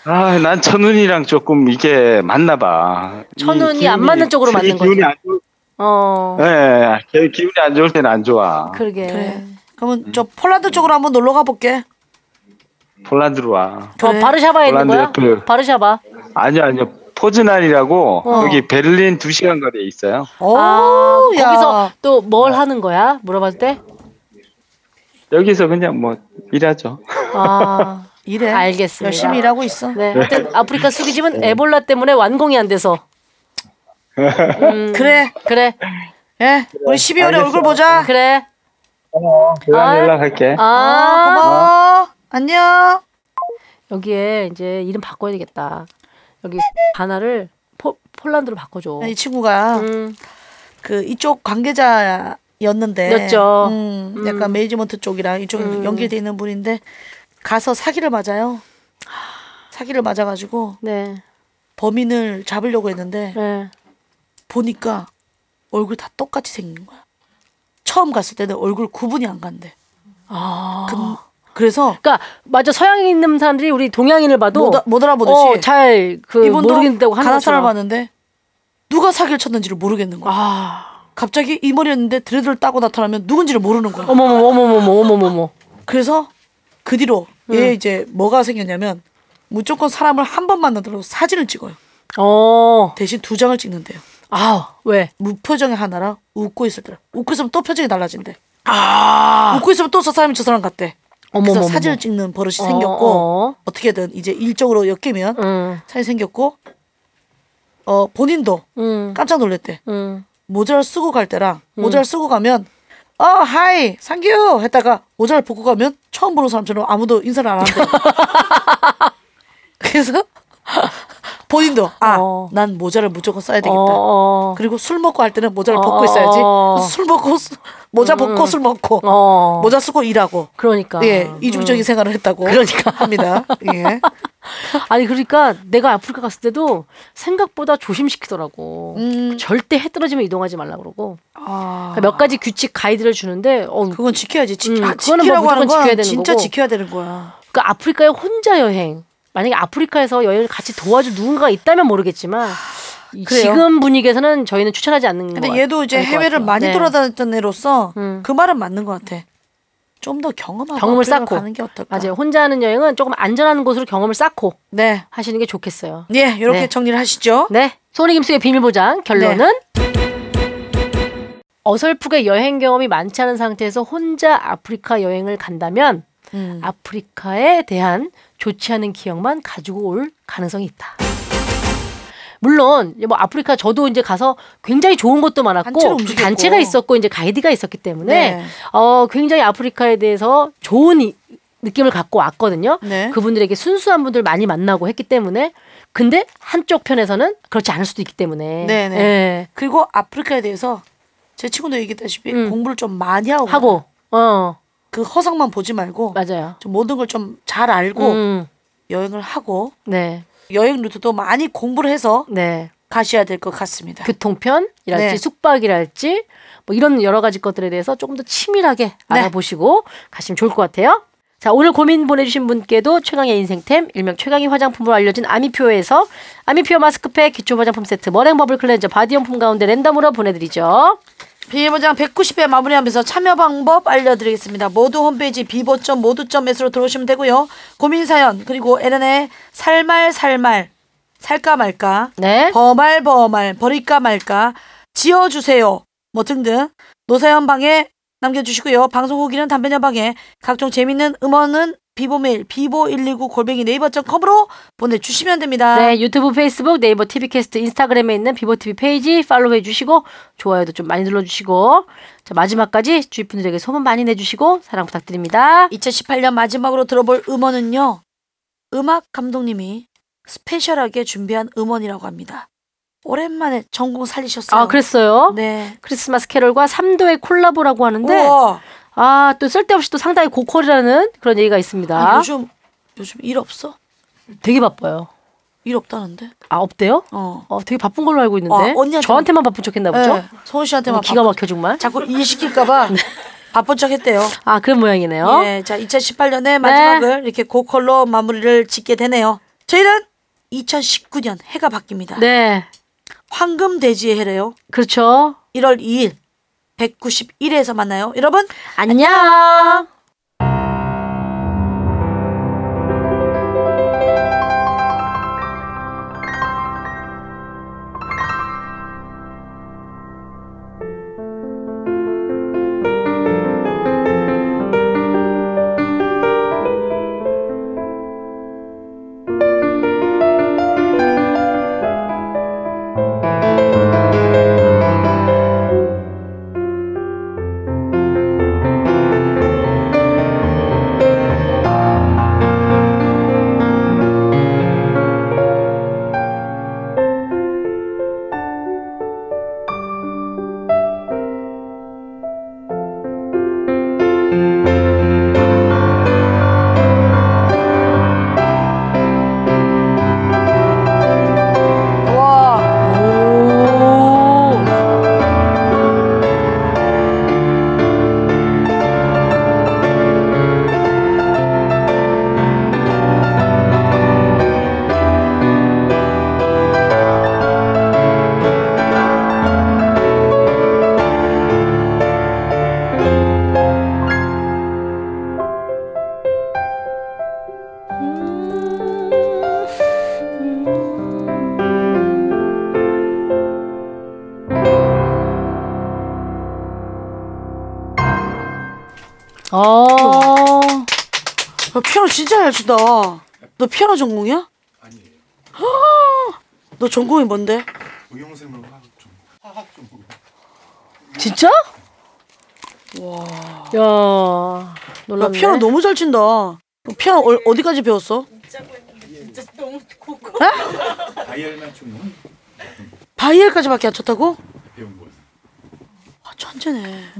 Speaker 11: 아, 난 천운이랑 조금 이게 맞나 봐. 이
Speaker 2: 천운이 안
Speaker 11: 기운이-
Speaker 2: 맞는 쪽으로
Speaker 11: 이
Speaker 2: 맞는
Speaker 11: 기운이
Speaker 2: 거지.
Speaker 11: 안 좋-
Speaker 2: 어.
Speaker 11: 예, 예, 예. 기운이 안 좋을 때는 안 좋아.
Speaker 2: 그러게.
Speaker 3: 그러면 저 폴란드 쪽으로 한번 놀러 가볼게.
Speaker 11: 폴란드로 와.
Speaker 2: 어, 바르샤바에 있는 거야?
Speaker 11: 폴란드 옆에.
Speaker 2: 바르샤바.
Speaker 11: 아니요, 아니요. 포즈난이라고
Speaker 2: 어.
Speaker 11: 여기 베를린 2시간 거리에 있어요.
Speaker 3: 오,
Speaker 2: 아,
Speaker 3: 야.
Speaker 2: 거기서 또 뭘 하는 거야? 물어봤을 때?
Speaker 11: 여기서 그냥 뭐 일하죠.
Speaker 2: 아,
Speaker 3: 일해.
Speaker 2: 알겠습니다.
Speaker 3: 열심히 일하고 있어.
Speaker 2: 네. 하여튼 아프리카 수기집은
Speaker 11: 네.
Speaker 2: 에볼라 때문에 완공이 안 돼서. 음,
Speaker 3: 그래.
Speaker 2: 그래.
Speaker 3: 예. 우리 12월에
Speaker 11: 알겠어.
Speaker 3: 얼굴 보자. 어,
Speaker 2: 그래.
Speaker 11: 그럼 연락할게.
Speaker 2: 아,
Speaker 3: 고마워. 안녕.
Speaker 2: 여기에 이제 이름 바꿔야 되겠다. 여기 바나를 포, 폴란드로 바꿔줘.
Speaker 3: 이 친구가
Speaker 2: 음.
Speaker 3: 그 이쪽 관계자였는데
Speaker 2: 였죠. 음.
Speaker 3: 음, 약간 매니지먼트 쪽이랑 이쪽 연결돼 있는 분인데 가서 사기를 맞아요. 사기를 맞아가지고
Speaker 2: 네.
Speaker 3: 범인을 잡으려고 했는데 보니까 얼굴 다 똑같이 생긴 거야. 처음 갔을 때는 얼굴 구분이 안 간대.
Speaker 2: 아.
Speaker 3: 그, 래서
Speaker 2: 그러니까 맞아 서양에 있는 사람들이 우리 동양인을 봐도
Speaker 3: 못, 아- 못 알아보듯이
Speaker 2: 어, 잘그
Speaker 3: 이분도
Speaker 2: 모르겠다고 하는
Speaker 3: 가난
Speaker 2: 것처럼.
Speaker 3: 사람을 봤는데 누가 사기를 쳤는지를 모르겠는 거야.
Speaker 2: 아.
Speaker 3: 갑자기 이 머리였는데 드레드를 따고 나타나면 누군지를 모르는 거야.
Speaker 2: 어머머 어머머 어머머 어머.
Speaker 3: 그래서 그 뒤로
Speaker 2: 음.
Speaker 3: 얘 이제 뭐가 생겼냐면 무조건 사람을 한 번 만나더라도 사진을 찍어요. 대신 두 장을 찍는데요.
Speaker 2: 아 왜?
Speaker 3: 무표정의 하나랑 웃고 있을 때 웃고 있으면 또 표정이 달라진대. 웃고 있으면 또 저 사람이 저 사람 같대.
Speaker 2: 아.
Speaker 3: 그래서
Speaker 2: 어머머머머.
Speaker 3: 사진을 찍는 버릇이
Speaker 2: 어, 음.
Speaker 3: 생겼고 어. 떻게든 이제 일적으로 엮이면 사진 생겼고 어 본인도 깜짝 놀랐대. 모자를 쓰고 갈 때랑
Speaker 2: 음.
Speaker 3: 모자를 쓰고 가면 어 하이 상규 했다가 모자를 벗고 가면 처음 보는 사람처럼 아무도 인사를 안 한대. 그래서 본인도 아
Speaker 2: 어.
Speaker 3: 난 모자를 무조건 써야 되겠다. 그리고 술 먹고 할 때는 모자를 벗고
Speaker 2: 어,
Speaker 3: 있어야지.
Speaker 2: 어.
Speaker 3: 술 먹고 수- 모자 벗고
Speaker 2: 음.
Speaker 3: 술 먹고 모자 쓰고 일하고.
Speaker 2: 어. 그러니까.
Speaker 3: 예 이중적인
Speaker 2: 음.
Speaker 3: 생활을 했다고. 그러니까 합니다. 예.
Speaker 2: 아니 그러니까 내가 아프리카 갔을 때도 생각보다 조심시키더라고.
Speaker 3: 음.
Speaker 2: 절대 해 떨어지면 이동하지 말라 그러고. 그러니까 몇 가지 규칙 가이드를 주는데 어,
Speaker 3: 아, 그건 지켜야지. 지,
Speaker 2: 음,
Speaker 3: 아,
Speaker 2: 그거는 뭐
Speaker 3: 지키라고
Speaker 2: 무조건
Speaker 3: 하는 건
Speaker 2: 지켜야 되는
Speaker 3: 진짜
Speaker 2: 거고.
Speaker 3: 지켜야 되는 거야.
Speaker 2: 그 아프리카에 혼자 여행. 만약에 아프리카에서 여행을 같이 도와줄 누군가가 있다면 모르겠지만 이
Speaker 3: 그래요.
Speaker 2: 지금 분위기에서는 저희는 추천하지 않는 거
Speaker 3: 근데 얘도 이제 해외를 많이
Speaker 2: 네.
Speaker 3: 돌아다녔던 애로서 그 말은 맞는 것 같아. 좀 더 경험하고
Speaker 2: 음. 경험을
Speaker 3: 앞으로
Speaker 2: 쌓고
Speaker 3: 가는 게 어떨까?
Speaker 2: 맞아요. 혼자 하는 여행은 조금 안전한 곳으로 경험을 쌓고
Speaker 3: 네.
Speaker 2: 하시는 게 좋겠어요.
Speaker 3: 예, 이렇게 정리를 하시죠.
Speaker 2: 네. 소니 김숙의 비밀 보장 결론은
Speaker 3: 네.
Speaker 2: 어설프게 여행 경험이 많지 않은 상태에서 혼자 아프리카 여행을 간다면
Speaker 3: 음.
Speaker 2: 음. 아프리카에 대한 좋지 않은 기억만 가지고 올 가능성이 있다. 물론 이제 뭐 아프리카 저도 이제 가서 굉장히 좋은 것도
Speaker 3: 단체로
Speaker 2: 많았고
Speaker 3: 움직였고.
Speaker 2: 단체가 있었고 이제 가이드가 있었기 때문에
Speaker 3: 네.
Speaker 2: 어 굉장히 아프리카에 대해서 좋은 이- 느낌을 갖고 왔거든요.
Speaker 3: 네.
Speaker 2: 아, 그분들에게 순수한 분들 많이 만나고 했기 때문에 근데 한쪽 편에서는 그렇지 않을 수도 있기 때문에
Speaker 3: 네네.
Speaker 2: 예.
Speaker 3: 그리고 아프리카에 대해서 제 친구도 얘기했다시피 공부를 좀 많이 하고
Speaker 2: 음. 하고, 어.
Speaker 3: 그 허상만 보지 말고
Speaker 2: 맞아요.
Speaker 3: 좀 모든 걸 좀 잘 알고
Speaker 2: 음.
Speaker 3: 여행을 하고
Speaker 2: 네.
Speaker 3: 여행 루트도 많이 공부를 해서
Speaker 2: 네.
Speaker 3: 가셔야 될 것 같습니다.
Speaker 2: 교통편이랄지
Speaker 3: 네.
Speaker 2: 숙박이랄지 뭐 이런 여러 가지 것들에 대해서 조금 더 치밀하게 알아보시고 가시면 좋을 것 같아요. 자 오늘 고민 보내주신 분께도 최강의 인생템 일명 최강의 화장품으로 알려진 아미표에서 아미표 마스크팩 기초 화장품 세트 머랭 버블 클렌저 바디용품 가운데 랜덤으로 보내드리죠.
Speaker 3: 비밀보장 190회 마무리하면서 참여 방법 알려드리겠습니다. 모두 홈페이지 비보점 모두점에서 들어오시면 되고요. 고민 사연 그리고 에른의 살말 살말 살까 말까
Speaker 2: 네.
Speaker 3: 버말 버말 버릴까 말까 지어주세요 뭐 등등 노사연 방에 남겨주시고요. 방송 후기는 담배녀 방에 각종 재밌는 음원은 비보메일 비보119 골뱅이 네이버.com으로 보내주시면 됩니다.
Speaker 2: 네, 유튜브, 페이스북, 네이버 TV 캐스트, 인스타그램에 있는 비보TV 페이지 팔로우 해주시고 좋아요도 좀 많이 눌러주시고 자 마지막까지 주위 분들에게 소문 많이 내주시고 사랑 부탁드립니다.
Speaker 3: 2018년 마지막으로 들어볼 음원은요. 음악 감독님이 스페셜하게 준비한 음원이라고 합니다. 오랜만에 전공 살리셨어요.
Speaker 2: 아 그랬어요?
Speaker 3: 네.
Speaker 2: 크리스마스 캐럴과 3도의 콜라보라고 하는데
Speaker 3: 우와.
Speaker 2: 아 또 쓸데없이 또 상당히 고퀄이라는 그런 얘기가 있습니다.
Speaker 3: 아, 요즘 요즘 일 없어?
Speaker 2: 되게 바빠요.
Speaker 3: 일 없다는데?
Speaker 2: 아 없대요?
Speaker 3: 어.
Speaker 2: 되게 바쁜 걸로 알고 있는데
Speaker 3: 어, 언니한테-
Speaker 2: 저한테만 바쁜 척했나 보죠?
Speaker 3: 네, 서훈 씨한테만
Speaker 2: 어, 기가 네.
Speaker 3: 바쁜-
Speaker 2: 막혀 정말.
Speaker 3: 자꾸 일 시킬까봐 바쁜 척 했대요.
Speaker 2: 아 그런 모양이네요.
Speaker 3: 예, 자 2018년의
Speaker 2: 네.
Speaker 3: 마지막을 이렇게 고컬로 마무리를 짓게 되네요. 저희는 2019년 해가 바뀝니다.
Speaker 2: 네.
Speaker 3: 황금 돼지의 해래요.
Speaker 2: 그렇죠.
Speaker 3: 1월 2일 191회에서 만나요. 여러분
Speaker 2: 안녕.
Speaker 3: 어.
Speaker 2: 어.
Speaker 3: 너 피아노 진짜 잘 치다. 너 피아노 전공이야? 아니에요. 너 전공이 뭔데?
Speaker 2: 진짜?
Speaker 3: 와.
Speaker 2: 야,
Speaker 3: 너 피아노 너무 잘 친다. 너 피아노 얼- 어디까지 배웠어?
Speaker 13: 진짜 너무 고고.
Speaker 14: 다이얼만 춤은
Speaker 3: 바이엘까지밖에 안 쳤다고?
Speaker 14: 배운 거예요.
Speaker 3: 아, 천재네.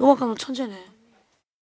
Speaker 3: 음악 감독 천재네.